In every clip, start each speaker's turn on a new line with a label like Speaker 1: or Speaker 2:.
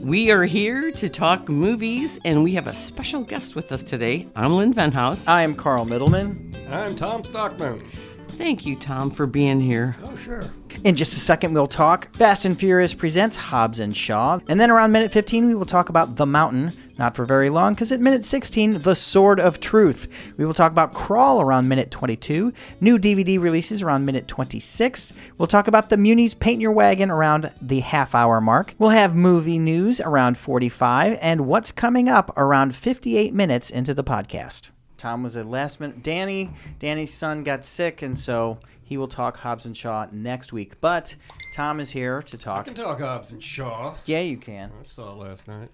Speaker 1: We are here to talk movies, and we have a special guest with us today. I'm Lynn Venhouse.
Speaker 2: I am Carl Middleman.
Speaker 3: I'm Tom Stockman.
Speaker 1: Thank you, Tom, for being here.
Speaker 3: Oh, sure.
Speaker 2: In just a second, we'll talk Fast and Furious presents Hobbs and Shaw. And then around minute 15, we will talk about The Mountain. Not for very long, because at minute 16, The Sword of Truth. We will talk about Crawl around minute 22, new DVD releases around minute 26. We'll talk about the Muni's Paint Your Wagon around the half hour mark. We'll have movie news around 45, and what's coming up around 58 minutes into the podcast. Tom was a last minute. Danny, Danny's son got sick, and so he will talk Hobbs and Shaw next week. But Tom is here to
Speaker 3: I
Speaker 2: talk.
Speaker 3: can talk Hobbs and Shaw.
Speaker 2: Yeah, you can.
Speaker 3: I saw it last night.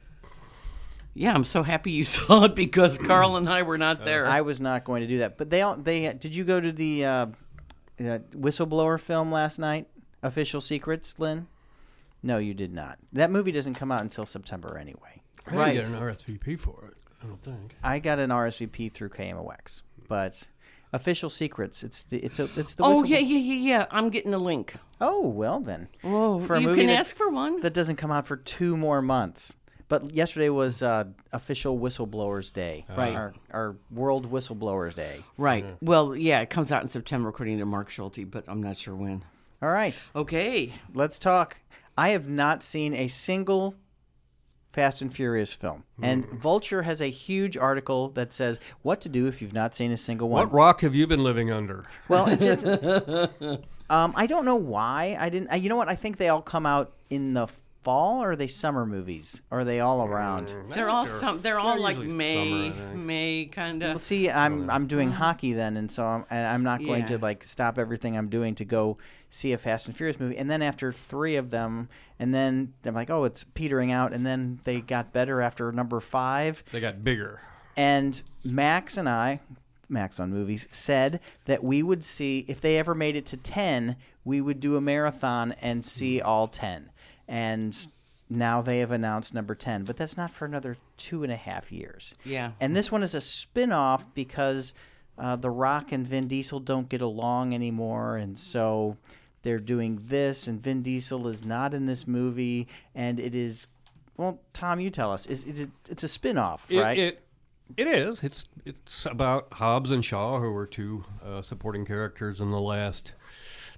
Speaker 1: Yeah, I'm so happy you saw it because Carl and Uh, I were not there.
Speaker 2: I was not going to do that, but they all they did. You go to the uh, uh, whistleblower film last night, Official Secrets, Lynn? No, you did not. That movie doesn't come out until September anyway.
Speaker 3: I
Speaker 1: Right.
Speaker 3: didn't get an RSVP for it. I don't think.
Speaker 2: I got an RSVP through KMOX, but Official Secrets. It's the it's a it's the
Speaker 1: oh,
Speaker 2: whistle-
Speaker 1: yeah, yeah, yeah, yeah. I'm getting a link.
Speaker 2: oh well then
Speaker 1: Oh,
Speaker 2: For a
Speaker 1: you
Speaker 2: movie
Speaker 1: can
Speaker 2: that-
Speaker 1: ask for one.
Speaker 2: that doesn't come out for two more months. But yesterday was uh, Official Whistleblowers Day,
Speaker 1: Right.
Speaker 2: Our, our World Whistleblowers Day.
Speaker 1: right. Well, yeah, it comes out in September according to Mark Schulte, but I'm not sure when.
Speaker 2: All right.
Speaker 1: Okay.
Speaker 2: let's talk. I have not seen a single Fast and Furious film. And Vulture has a huge article that says what to do if you've not seen a single one.
Speaker 3: What rock have you been living under?
Speaker 2: Well, it's, it's um, I don't know why I didn't. I, you know what? I think they all come out in the fall, or are they summer movies? Or are they all around?
Speaker 1: They're all some, they're all like
Speaker 3: usually
Speaker 1: May, Hmm.
Speaker 3: summer, I think.
Speaker 1: May kind of.
Speaker 2: Well, see, I'm I'm doing hockey then, and so I'm and I'm not going to
Speaker 1: Yeah.
Speaker 2: like stop everything I'm doing to go see a Fast and Furious movie. And then after three of them, and then I'm like, oh, it's petering out. And then they got better after number five.
Speaker 3: They got bigger.
Speaker 2: And Max and I, Max on movies, said that we would see if they ever made it to ten, we would do a marathon and see all ten. And now they have announced number ten, but that's not for another two and a half years.
Speaker 1: Yeah.
Speaker 2: And this one is a spin off because uh, The Rock and Vin Diesel don't get along anymore. And so they're doing this, and Vin Diesel is not in this movie. And it is, well, Tom, you tell us. Is, is it, it's a spin off,
Speaker 3: It,
Speaker 2: right?
Speaker 3: it it is. It's it's about Hobbs and Shaw, who were two uh, supporting characters in the last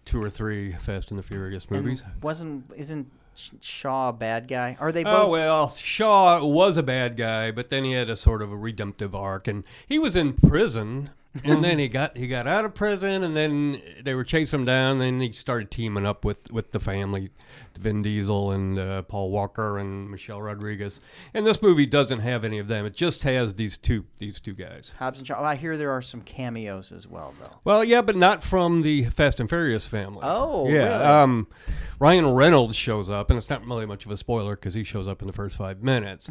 Speaker 3: two or three Fast and the Furious movies.
Speaker 2: Wasn't, isn't Sh- Shaw a bad guy? Are they both?
Speaker 3: Oh well, Shaw was a bad guy, but then he had a sort of a redemptive arc, and he was in prison, and then he got he got out of prison, and then they were chasing him down. Then he started teaming up with with the family, Vin Diesel and uh, Paul Walker and Michelle Rodriguez. And this movie doesn't have any of them; it just has these two these two guys.
Speaker 2: Hobbs and Shaw. Oh, I hear there are some cameos as well, though.
Speaker 3: Well, yeah, but not from the Fast and Furious family.
Speaker 2: Oh,
Speaker 3: yeah.
Speaker 2: really?
Speaker 3: Um, Ryan Reynolds shows up, and it's not really much of a spoiler because he shows up in the first five minutes.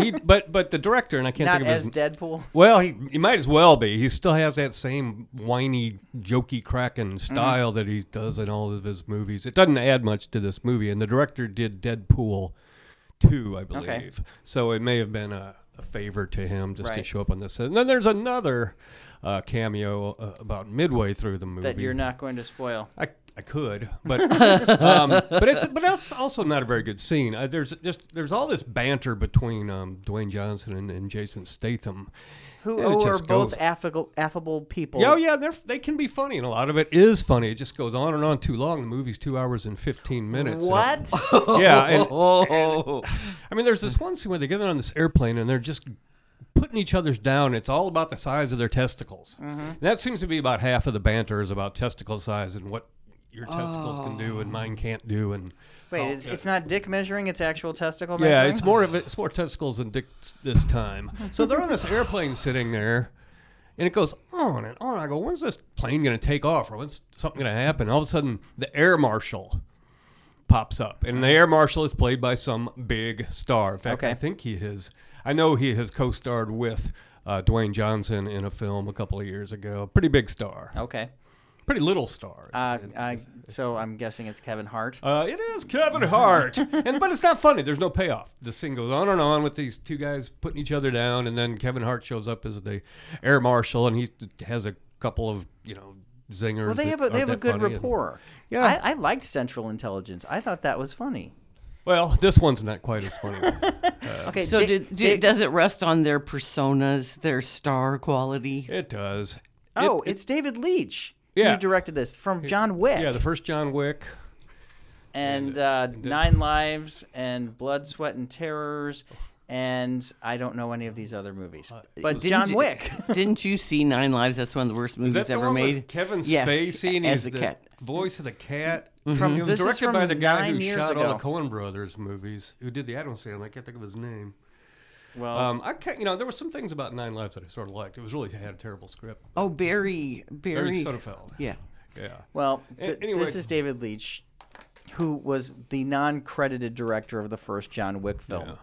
Speaker 3: he, but but the director, and I can't
Speaker 2: Not
Speaker 3: think of his.
Speaker 2: as Deadpool.
Speaker 3: well, he, he might as well be. He still has that same whiny, jokey, cracking
Speaker 2: Mm-hmm.
Speaker 3: style that he does in all of his movies. It doesn't add much to this movie, and the director did Deadpool two, I believe. So it may have been a, a favor to him just to
Speaker 2: Right.
Speaker 3: show up on this. And then there's another uh, cameo uh, about midway through the movie
Speaker 2: That you're not going to spoil.
Speaker 3: I, I could, but um, but it's but that's also not a very good scene. Uh, there's just there's all this banter between um, Dwayne Johnson and, and Jason Statham.
Speaker 2: Who,
Speaker 3: And it
Speaker 2: who are
Speaker 3: just
Speaker 2: both
Speaker 3: goes-
Speaker 2: affable, affable people?
Speaker 3: Yeah, oh, yeah, they're, they can be funny, and a lot of it is funny. It just goes on and on too long. The movie's two hours and fifteen minutes. and-
Speaker 2: What?
Speaker 3: yeah, and,
Speaker 1: oh,
Speaker 3: I mean, there's this one scene where they get on this airplane and they're just putting each other's down. It's all about the size of their testicles.
Speaker 2: Mm-hmm.
Speaker 3: And that seems to be about half of the banter is about testicle size and what your testicles can do and mine can't do. And
Speaker 2: Oh. Wait, it's, it's not dick measuring; it's actual testicle
Speaker 3: yeah,
Speaker 2: measuring.
Speaker 3: it's more of it, it's more testicles than dick this time. So they're on this airplane sitting there. And it goes on and on. I go, when's this plane going to take off, or when's something going to happen? All of a sudden, the air marshal pops up, and the air marshal is played by some big star. In fact,
Speaker 2: Okay.
Speaker 3: I think he is. I know he has co-starred with uh, Dwayne Johnson in a film a couple of years ago. Pretty big star.
Speaker 2: okay.
Speaker 3: Pretty little star.
Speaker 2: Uh, I, so I'm guessing it's Kevin Hart.
Speaker 3: Uh, it is Kevin Hart, and but it's not funny. There's no payoff. The scene goes on and on with these two guys putting each other down, and then Kevin Hart shows up as the air marshal, and he has a couple of you know zingers.
Speaker 2: Well, they
Speaker 3: that
Speaker 2: have a, they
Speaker 3: aren't
Speaker 2: have a
Speaker 3: that
Speaker 2: good
Speaker 3: funny, and-
Speaker 2: rapport.
Speaker 3: Yeah.
Speaker 2: I, I liked Central Intelligence. I thought that was funny.
Speaker 3: Well, this one's not quite as funny.
Speaker 2: Okay,
Speaker 1: So
Speaker 2: Da-
Speaker 1: did, did,
Speaker 2: Da-
Speaker 1: does it rest on their personas, their star quality?
Speaker 3: it does.
Speaker 2: oh, it's David Leach.
Speaker 3: Yeah.
Speaker 2: who directed this from John Wick
Speaker 3: Yeah, the first John Wick.
Speaker 2: and uh, Nine Lives and Blood, Sweat, and Terrors, and I don't know any of these other movies.
Speaker 3: Uh,
Speaker 2: But
Speaker 1: Didn't
Speaker 2: John
Speaker 1: you-
Speaker 2: Wick.
Speaker 1: Didn't you see Nine Lives? That's one of the worst movies
Speaker 3: Is that the
Speaker 1: ever
Speaker 3: one
Speaker 1: made.
Speaker 3: with Kevin
Speaker 1: Yeah,
Speaker 3: Spacey and
Speaker 1: as
Speaker 3: he's
Speaker 1: the
Speaker 3: the
Speaker 1: cat.
Speaker 3: voice of the cat?
Speaker 2: From-
Speaker 3: it was
Speaker 2: this is
Speaker 3: directed
Speaker 2: from
Speaker 3: by the guy
Speaker 2: nine
Speaker 3: who
Speaker 2: years
Speaker 3: shot all
Speaker 2: ago.
Speaker 3: the Coen Brothers movies, who did the Adams Family. I can't think of his name.
Speaker 2: Well,
Speaker 3: Um, I can't, you know, there were some things about Nine Lives that I sort of liked. It was really it had a terrible script.
Speaker 1: Oh, Barry,
Speaker 3: Barry
Speaker 1: Barry.
Speaker 3: Sutterfeld.
Speaker 1: yeah.
Speaker 3: Yeah.
Speaker 2: well,
Speaker 3: a-
Speaker 2: th-
Speaker 3: anyway.
Speaker 2: this is David Leach, who was the non-credited director of the first John Wick film.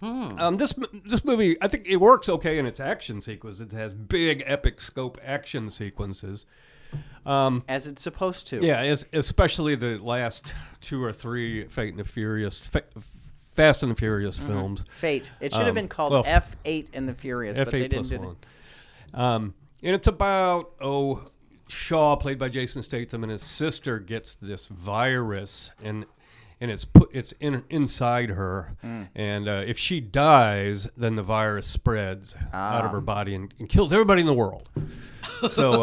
Speaker 3: Um, this m- this movie, I think it works okay in its action sequence. It has big epic scope action sequences.
Speaker 2: As it's supposed to.
Speaker 3: Yeah, es- especially the last two or three Fate and the Furious, fa- Fast and the Furious films.
Speaker 2: Fate. It should have been called
Speaker 3: Um, well,
Speaker 2: F8 and the Furious, but they
Speaker 3: F8
Speaker 2: didn't
Speaker 3: plus
Speaker 2: do
Speaker 3: one. Um, and it's about, oh, Shaw, played by Jason Statham, and his sister gets this virus, and and it's put it's in, inside her,
Speaker 2: Hmm.
Speaker 3: and uh, if she dies, then the virus spreads
Speaker 2: Ah.
Speaker 3: out of her body and, and kills everybody in the world. So,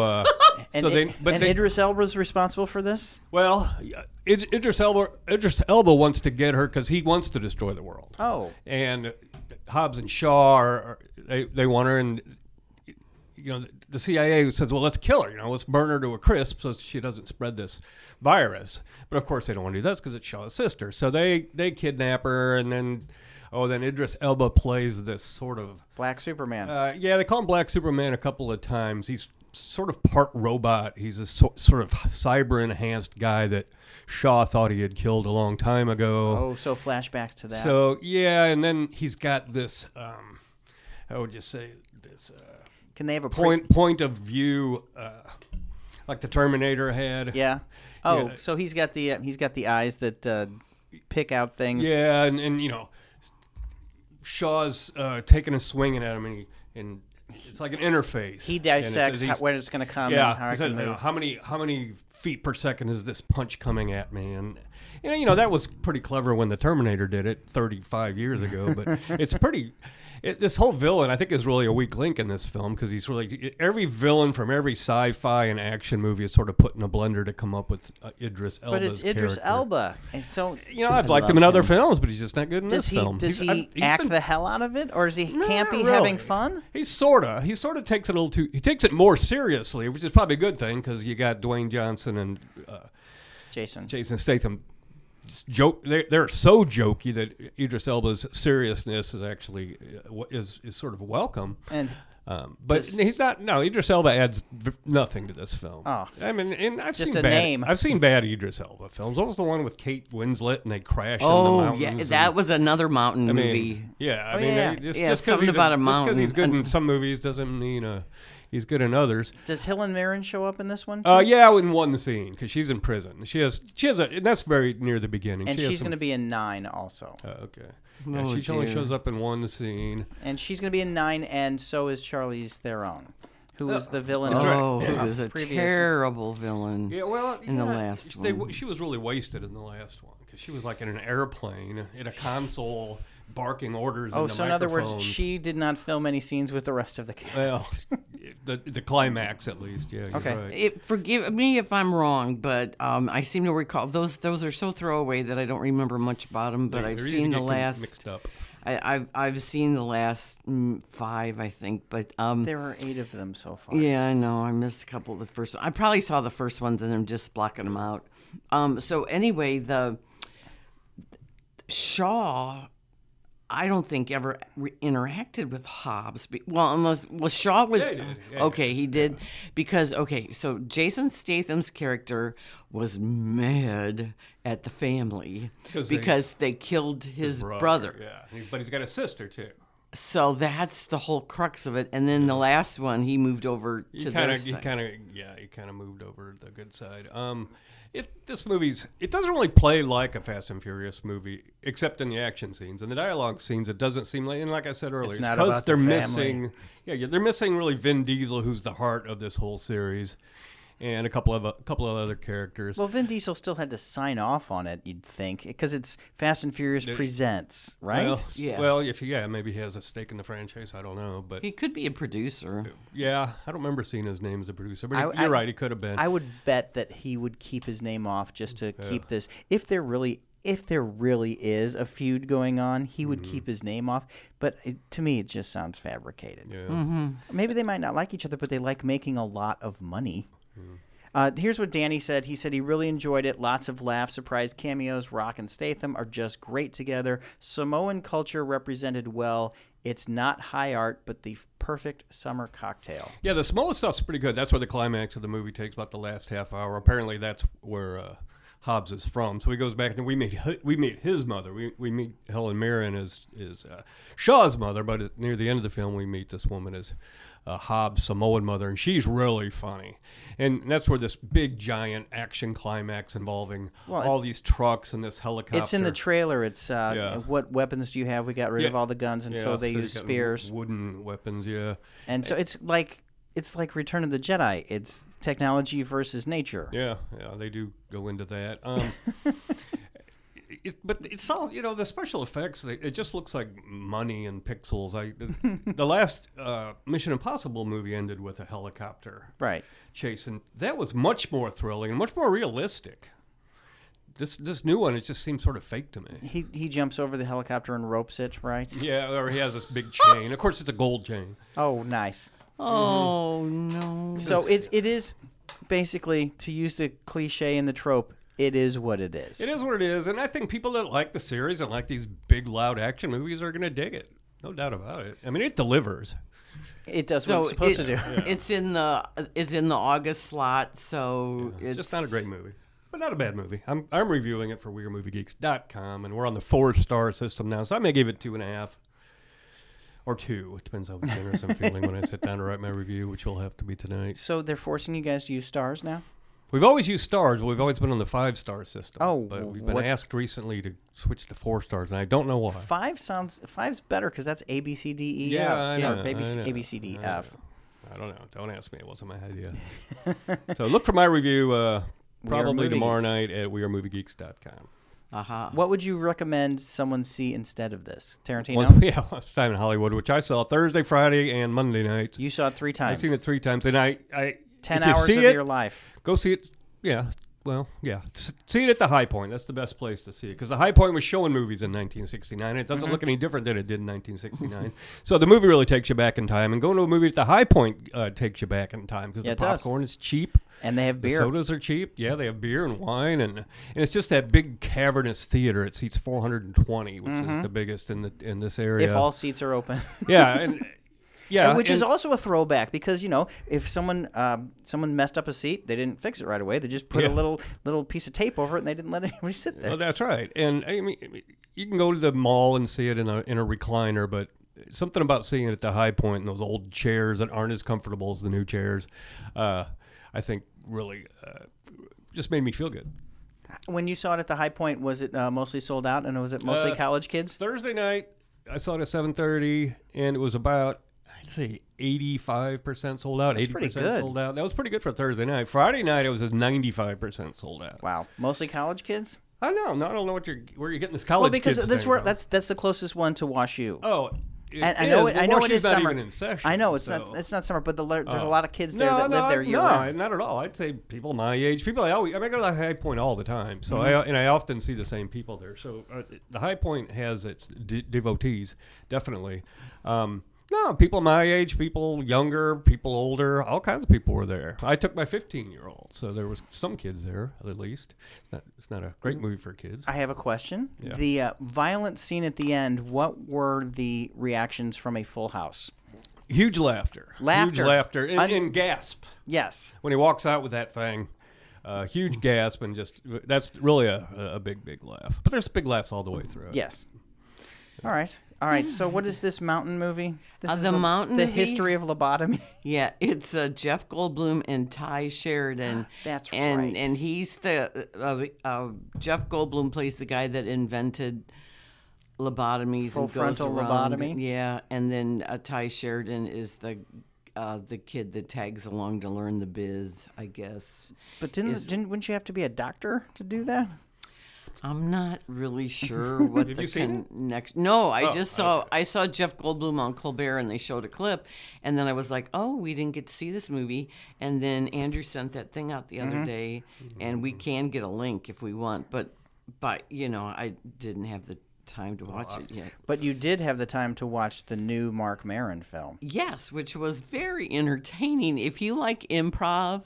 Speaker 3: uh,
Speaker 2: And,
Speaker 3: so they,
Speaker 2: I-
Speaker 3: but
Speaker 2: and
Speaker 3: they,
Speaker 2: Idris Elba's responsible for this?
Speaker 3: well, Id- Idris Elba, Idris Elba wants to get her because he wants to destroy the world
Speaker 2: Oh.
Speaker 3: and Hobbs and Shaw are, are- they they want her and you know the CIA says well let's kill her you know let's burn her to a crisp so she doesn't spread this virus but of course they don't want to do that because it's Shaw's sister so they they kidnap her and then oh then Idris Elba plays this sort of
Speaker 2: Black Superman.
Speaker 3: uh, yeah, they call him Black Superman a couple of times. He's sort of part robot. He's a so, sort of cyber enhanced guy that Shaw thought he had killed a long time ago.
Speaker 2: oh, so flashbacks to that.
Speaker 3: So yeah, and then he's got this. Um, I would just say this uh,
Speaker 2: Can they have a pre-
Speaker 3: point point of view, uh, like the Terminator had.
Speaker 2: Yeah. Oh,
Speaker 3: Yeah.
Speaker 2: so he's got the uh, he's got the eyes that uh, pick out things.
Speaker 3: Yeah, and, and you know, Shaw's uh, taking a swing at him, and, he, and it's like an interface.
Speaker 2: He
Speaker 3: And it says
Speaker 2: dissects how,
Speaker 3: he's-
Speaker 2: when it's going to come
Speaker 3: Yeah,
Speaker 2: and how
Speaker 3: he
Speaker 2: it
Speaker 3: says,
Speaker 2: can
Speaker 3: you know,
Speaker 2: move.
Speaker 3: how many how many feet per second is this punch coming at me? And you know, you know that was pretty clever when the Terminator did it 35 years ago. But it's pretty. It, this whole villain, I think, is really a weak link in this film because he's really every villain from every sci-fi and action movie is sort of put in a blender to come up with uh, Idris Elba's
Speaker 2: But it's Idris
Speaker 3: character.
Speaker 2: Elba, and so
Speaker 3: You know, I've liked him in other films, but he's just not good in
Speaker 2: does
Speaker 3: this
Speaker 2: he
Speaker 3: film.
Speaker 2: does
Speaker 3: He's- I've-
Speaker 2: he
Speaker 3: he's
Speaker 2: act
Speaker 3: been-
Speaker 2: the hell out of it, or is he
Speaker 3: no,
Speaker 2: campy
Speaker 3: not really.
Speaker 2: having fun?
Speaker 3: He sorta. He sorta takes it a little too. He takes it more seriously, which is probably a good thing because you got Dwayne Johnson and uh,
Speaker 2: Jason,
Speaker 3: Jason Statham. s- Joke. They're, they're so jokey that Idris Elba's seriousness is actually uh, w- is is sort of welcome.
Speaker 2: and
Speaker 3: Um, but
Speaker 2: Does-
Speaker 3: he's not. No, Idris Elba adds v- nothing to this film.
Speaker 2: Oh.
Speaker 3: I mean, and I've
Speaker 2: Just
Speaker 3: seen
Speaker 2: a
Speaker 3: bad.
Speaker 2: name.
Speaker 3: I've seen bad Idris Elba films. What was the one with Kate Winslet and they crash in the
Speaker 1: Oh,
Speaker 3: mountains?
Speaker 1: yeah.
Speaker 3: and-
Speaker 1: That was another mountain
Speaker 3: I mean,
Speaker 1: movie.
Speaker 3: yeah, I
Speaker 2: Oh,
Speaker 3: mean,
Speaker 2: yeah.
Speaker 3: they- just
Speaker 1: Yeah,
Speaker 3: just because
Speaker 1: something
Speaker 3: he's,
Speaker 1: about a
Speaker 3: a, just 'cause he's
Speaker 1: mountain.
Speaker 3: good in
Speaker 1: And-
Speaker 3: some movies doesn't mean uh, he's good in others.
Speaker 2: does Hill and Marin show up in this one?
Speaker 3: Uh,
Speaker 2: too?
Speaker 3: yeah, in one scene because she's in prison. She has she has a and that's very near the beginning.
Speaker 2: and
Speaker 3: she has
Speaker 2: she's
Speaker 3: some-
Speaker 2: going to be in nine also,
Speaker 3: uh, okay. Yeah,
Speaker 1: Oh,
Speaker 3: she only
Speaker 1: dear.
Speaker 3: shows up in one scene.
Speaker 2: and she's going to be in nine, and so is Charlize Theron, who was the villain.
Speaker 3: That's
Speaker 2: of-
Speaker 3: right.
Speaker 1: Oh, it was a
Speaker 2: Previous-
Speaker 1: terrible villain.
Speaker 3: Yeah, well,
Speaker 1: In the yeah, last
Speaker 3: they,
Speaker 1: one.
Speaker 3: she was really wasted in the last one because she was like in an airplane in a console barking orders.
Speaker 2: Oh,
Speaker 3: into
Speaker 2: so in other words,
Speaker 3: microphones.
Speaker 2: she did not film any scenes with the rest of the cast.
Speaker 3: well, the the climax at least. Yeah, you're
Speaker 2: Okay.
Speaker 3: right.
Speaker 1: It, forgive me if I'm wrong, but um, I seem to recall those. Those are so throwaway that I don't remember much about them. But
Speaker 3: They're
Speaker 1: I've
Speaker 3: easy to
Speaker 1: seen the
Speaker 3: get
Speaker 1: last.
Speaker 3: mixed up.
Speaker 1: I, I've I've seen the last mm, five, I think. But um,
Speaker 2: There are eight of them so far.
Speaker 1: Yeah, I know. I missed a couple of the first. I probably saw the first ones and I'm just blocking them out. Um, so anyway, the Shaw, I don't think ever re- interacted with Hobbs. Be- well, unless well Shaw was
Speaker 3: Yeah, he did. Yeah,
Speaker 1: okay. He did because okay. So Jason Statham's character was mad at the family
Speaker 3: 'Cause they-
Speaker 1: because they, killed his brother.
Speaker 3: Yeah, but he's got a sister too.
Speaker 1: So that's the whole crux of it. And then the last one, he moved over to
Speaker 3: He
Speaker 1: this.
Speaker 3: kind of, he kind of, yeah, he kind of moved over to the good side. Um, it this movie's it doesn't really play like a Fast and Furious movie, except in the action scenes and the dialogue scenes. It doesn't seem like, and like I said earlier,
Speaker 2: not
Speaker 3: because
Speaker 2: about the
Speaker 3: they're
Speaker 2: family.
Speaker 3: missing, yeah, yeah, they're missing really Vin Diesel, who's the heart of this whole series. and a couple of a couple of other characters.
Speaker 2: Well, Vin Diesel still had to sign off on it, you'd think, because it's Fast and Furious Presents, right?
Speaker 3: Well,
Speaker 1: Yeah.
Speaker 3: well, if yeah, maybe he has a stake in the franchise. I don't know, but
Speaker 1: He could be a producer.
Speaker 3: yeah, I don't remember seeing his name as a producer. But
Speaker 2: I-
Speaker 3: you're
Speaker 2: I-
Speaker 3: right, he could have been.
Speaker 2: I would bet that he would keep his name off just to keep this. If there really, if there really is a feud going on, he would keep his name off. But it, to me, it just sounds fabricated.
Speaker 3: yeah.
Speaker 2: Maybe they might not like each other, but they like making a lot of money.
Speaker 3: Hmm.
Speaker 2: Uh, here's what Danny said. He said he really enjoyed it. Lots of laughs, surprise cameos. Rock and Statham are just great together. Samoan culture represented well. It's not high art, but the perfect summer cocktail.
Speaker 3: Yeah, the Samoa stuff's pretty good. That's where the climax of the movie takes about the last half hour. Apparently, that's where uh, Hobbs is from. So he goes back and we meet hi- we meet his mother. We, we meet Helen Mirren as is uh, Shaw's mother, but at, near the end of the film, we meet this woman as uh, Hobbs' Samoan mother, and she's really funny. And that's where this big giant action climax involving all
Speaker 2: it's-
Speaker 3: these trucks and this helicopter.
Speaker 2: It's in the trailer. It's uh,
Speaker 3: Yeah.
Speaker 2: what weapons do you have? We got rid of
Speaker 3: Yeah.
Speaker 2: all the guns, and
Speaker 3: Yeah,
Speaker 2: so they
Speaker 3: they've
Speaker 2: use
Speaker 3: got
Speaker 2: spears.
Speaker 3: wooden weapons. Yeah.
Speaker 2: And so it's like it's like Return of the Jedi. It's technology versus nature.
Speaker 3: Yeah, yeah, they do go into that. Um, it, but it's all you know. The special effects, they, it just looks like money and pixels. I the, the last uh, Mission Impossible movie ended with a helicopter
Speaker 2: Right.
Speaker 3: chase, and that was much more thrilling and much more realistic. This this new one, it just seems sort of fake to me.
Speaker 2: He he jumps over the helicopter and ropes it. Right.
Speaker 3: Yeah, or he has this big chain. Of course, it's a gold chain.
Speaker 2: Oh, nice.
Speaker 1: Oh no.
Speaker 2: So it it is basically to use the cliche and the trope. It is what it is.
Speaker 3: It is what it is, and I think people that like the series and like these big, loud action movies are going to dig it. No doubt about it. I mean, it delivers.
Speaker 2: It does
Speaker 1: So
Speaker 2: what it's supposed
Speaker 1: it-
Speaker 2: to do.
Speaker 1: It's in the it's in the August slot, so
Speaker 3: It's, just not a great movie, but not a bad movie. I'm, I'm reviewing it for WeAreMovieGeeks.com, and we're on the four star system now, so I may give it two and a half or two. It depends how generous I'm feeling when I sit down to write my review, which will have to be tonight.
Speaker 2: So they're forcing you guys to use stars now.
Speaker 3: We've always used stars, but we've always been on the five star system.
Speaker 2: Oh,
Speaker 3: but we've been
Speaker 2: what's-
Speaker 3: asked recently to switch to four stars, and I don't know why.
Speaker 2: Five sounds five's better because that's A B C D E
Speaker 3: Yeah,
Speaker 2: F,
Speaker 3: I
Speaker 2: or
Speaker 3: know,
Speaker 2: maybe
Speaker 3: I know,
Speaker 2: A B C D E
Speaker 3: I know.
Speaker 2: F.
Speaker 3: I don't know. Don't ask me. It wasn't my idea. so look for my review uh,
Speaker 2: Are
Speaker 3: probably
Speaker 2: Movie
Speaker 3: tomorrow
Speaker 2: Geeks.
Speaker 3: night at WeAreMovieGeeks.com.
Speaker 1: Uh-huh.
Speaker 2: What would you recommend someone see instead of this? Tarantino?
Speaker 3: Once, yeah, last time in Hollywood, which I saw Thursday, Friday, and Monday nights.
Speaker 2: you saw it three times.
Speaker 3: I've seen it three times, and I, I
Speaker 2: Ten
Speaker 3: if you
Speaker 2: hours
Speaker 3: see
Speaker 2: of
Speaker 3: it,
Speaker 2: your life.
Speaker 3: Go see it. Yeah. Well, yeah. S- See it at the High Point. That's the best place to see it because the High Point was showing movies in 1969. It
Speaker 2: Mm-hmm.
Speaker 3: doesn't look any different than it did in 1969. so the movie really takes you back in time, and going to a movie at the High Point uh, takes you back in time because
Speaker 2: Yeah, it
Speaker 3: the
Speaker 2: does.
Speaker 3: popcorn is cheap.
Speaker 2: And they have
Speaker 3: The
Speaker 2: beer.
Speaker 3: sodas are cheap. Yeah, they have beer and wine, and, and it's just that big cavernous theater. It seats 420, which is the biggest in the in this area.
Speaker 2: Mm-hmm. If all seats are open.
Speaker 3: yeah, and yeah,
Speaker 2: Which is
Speaker 3: and-
Speaker 2: also a throwback because you know if someone um, someone messed up a seat, they didn't fix it right away. They just put a
Speaker 3: Yeah.
Speaker 2: little little piece of tape over it, and they didn't let anybody sit there.
Speaker 3: Well, Oh, that's right. And I mean, I mean, you can go to the mall and see it in a in a recliner, but something about seeing it at the high point in those old chairs that aren't as comfortable as the new chairs, uh, I think really uh, just made me feel good.
Speaker 2: When you saw it at the High Point, was it uh, mostly sold out, and was it mostly
Speaker 3: Uh,
Speaker 2: college kids?
Speaker 3: Thursday night, I saw it at seven thirty, and it was about I'd say eighty five percent sold out, eighty
Speaker 2: pretty
Speaker 3: percent
Speaker 2: good.
Speaker 3: sold out. That was pretty good for Thursday night. Friday night, it was ninety five percent sold out.
Speaker 2: Wow, mostly college kids.
Speaker 3: I know. no, I don't know what you're where you're getting this college.
Speaker 2: Well, because
Speaker 3: kids
Speaker 2: that's
Speaker 3: thing
Speaker 2: where
Speaker 3: from.
Speaker 2: that's that's the closest one to WashU.
Speaker 3: Oh, it
Speaker 2: and I know
Speaker 3: is,
Speaker 2: it,
Speaker 3: but
Speaker 2: I know it
Speaker 3: Washue's
Speaker 2: is
Speaker 3: not
Speaker 2: summer.
Speaker 3: even in session.
Speaker 2: I know it's
Speaker 3: so- Oh.
Speaker 2: not it's not summer, but the, lar- there's a lot of kids there
Speaker 3: no,
Speaker 2: that
Speaker 3: no,
Speaker 2: live there
Speaker 3: I-
Speaker 2: year
Speaker 3: no,
Speaker 2: round.
Speaker 3: not at all. I'd say people my age, people I always, I, mean, I go to the High Point all the time, so
Speaker 2: Mm-hmm.
Speaker 3: I and I often see the same people there. So uh, the High Point has its de- devotees, definitely. Um, no, people my age, people younger, people older, all kinds of people were there. I took my 15 year old, so there was some kids there at least. It's not, it's not a great
Speaker 2: Mm-hmm.
Speaker 3: movie for kids.
Speaker 2: I have a question.
Speaker 3: Yeah.
Speaker 2: The uh, violent scene at the end. What were the reactions from a full house?
Speaker 3: Huge laughter,
Speaker 2: Laughter.
Speaker 3: huge laughter, and,
Speaker 2: Un-
Speaker 3: and gasp.
Speaker 2: Yes.
Speaker 3: when he walks out with that thing, uh,
Speaker 2: Mm.
Speaker 3: huge gasp and just that's really a, a big big laugh. But there's big laughs all the way through. it.
Speaker 2: Yes. All right. All right. So what is this mountain movie? This
Speaker 1: Uh,
Speaker 2: is
Speaker 1: the mountain
Speaker 2: The
Speaker 1: movie?
Speaker 2: history of lobotomy.
Speaker 1: Yeah, it's uh, Jeff Goldblum and Ty Sheridan.
Speaker 2: That's
Speaker 1: and,
Speaker 2: right.
Speaker 1: And he's the uh, uh, Jeff Goldblum plays the guy that invented lobotomies
Speaker 2: Full
Speaker 1: and goes
Speaker 2: frontal
Speaker 1: around-
Speaker 2: lobotomy?
Speaker 1: Yeah, and then uh, Ty Sheridan is the uh, the kid that tags along to learn the biz, I guess.
Speaker 2: But didn't didn't wouldn't you have to be a doctor to do that?
Speaker 1: I'm not really sure what
Speaker 3: Have
Speaker 1: the
Speaker 3: you seen it?
Speaker 1: connection. No, I
Speaker 3: Oh,
Speaker 1: just saw I saw Jeff Goldblum on Colbert, and they showed a clip, and then I was like, "Oh, we didn't get to see this movie." And then Andrew sent that thing out the other day, and we can get a link if we want, but but you know, I didn't have the time to watch it yet.
Speaker 2: But you did have the time to watch the new Mark Maron film.
Speaker 1: Yes, which was very entertaining. If you like improv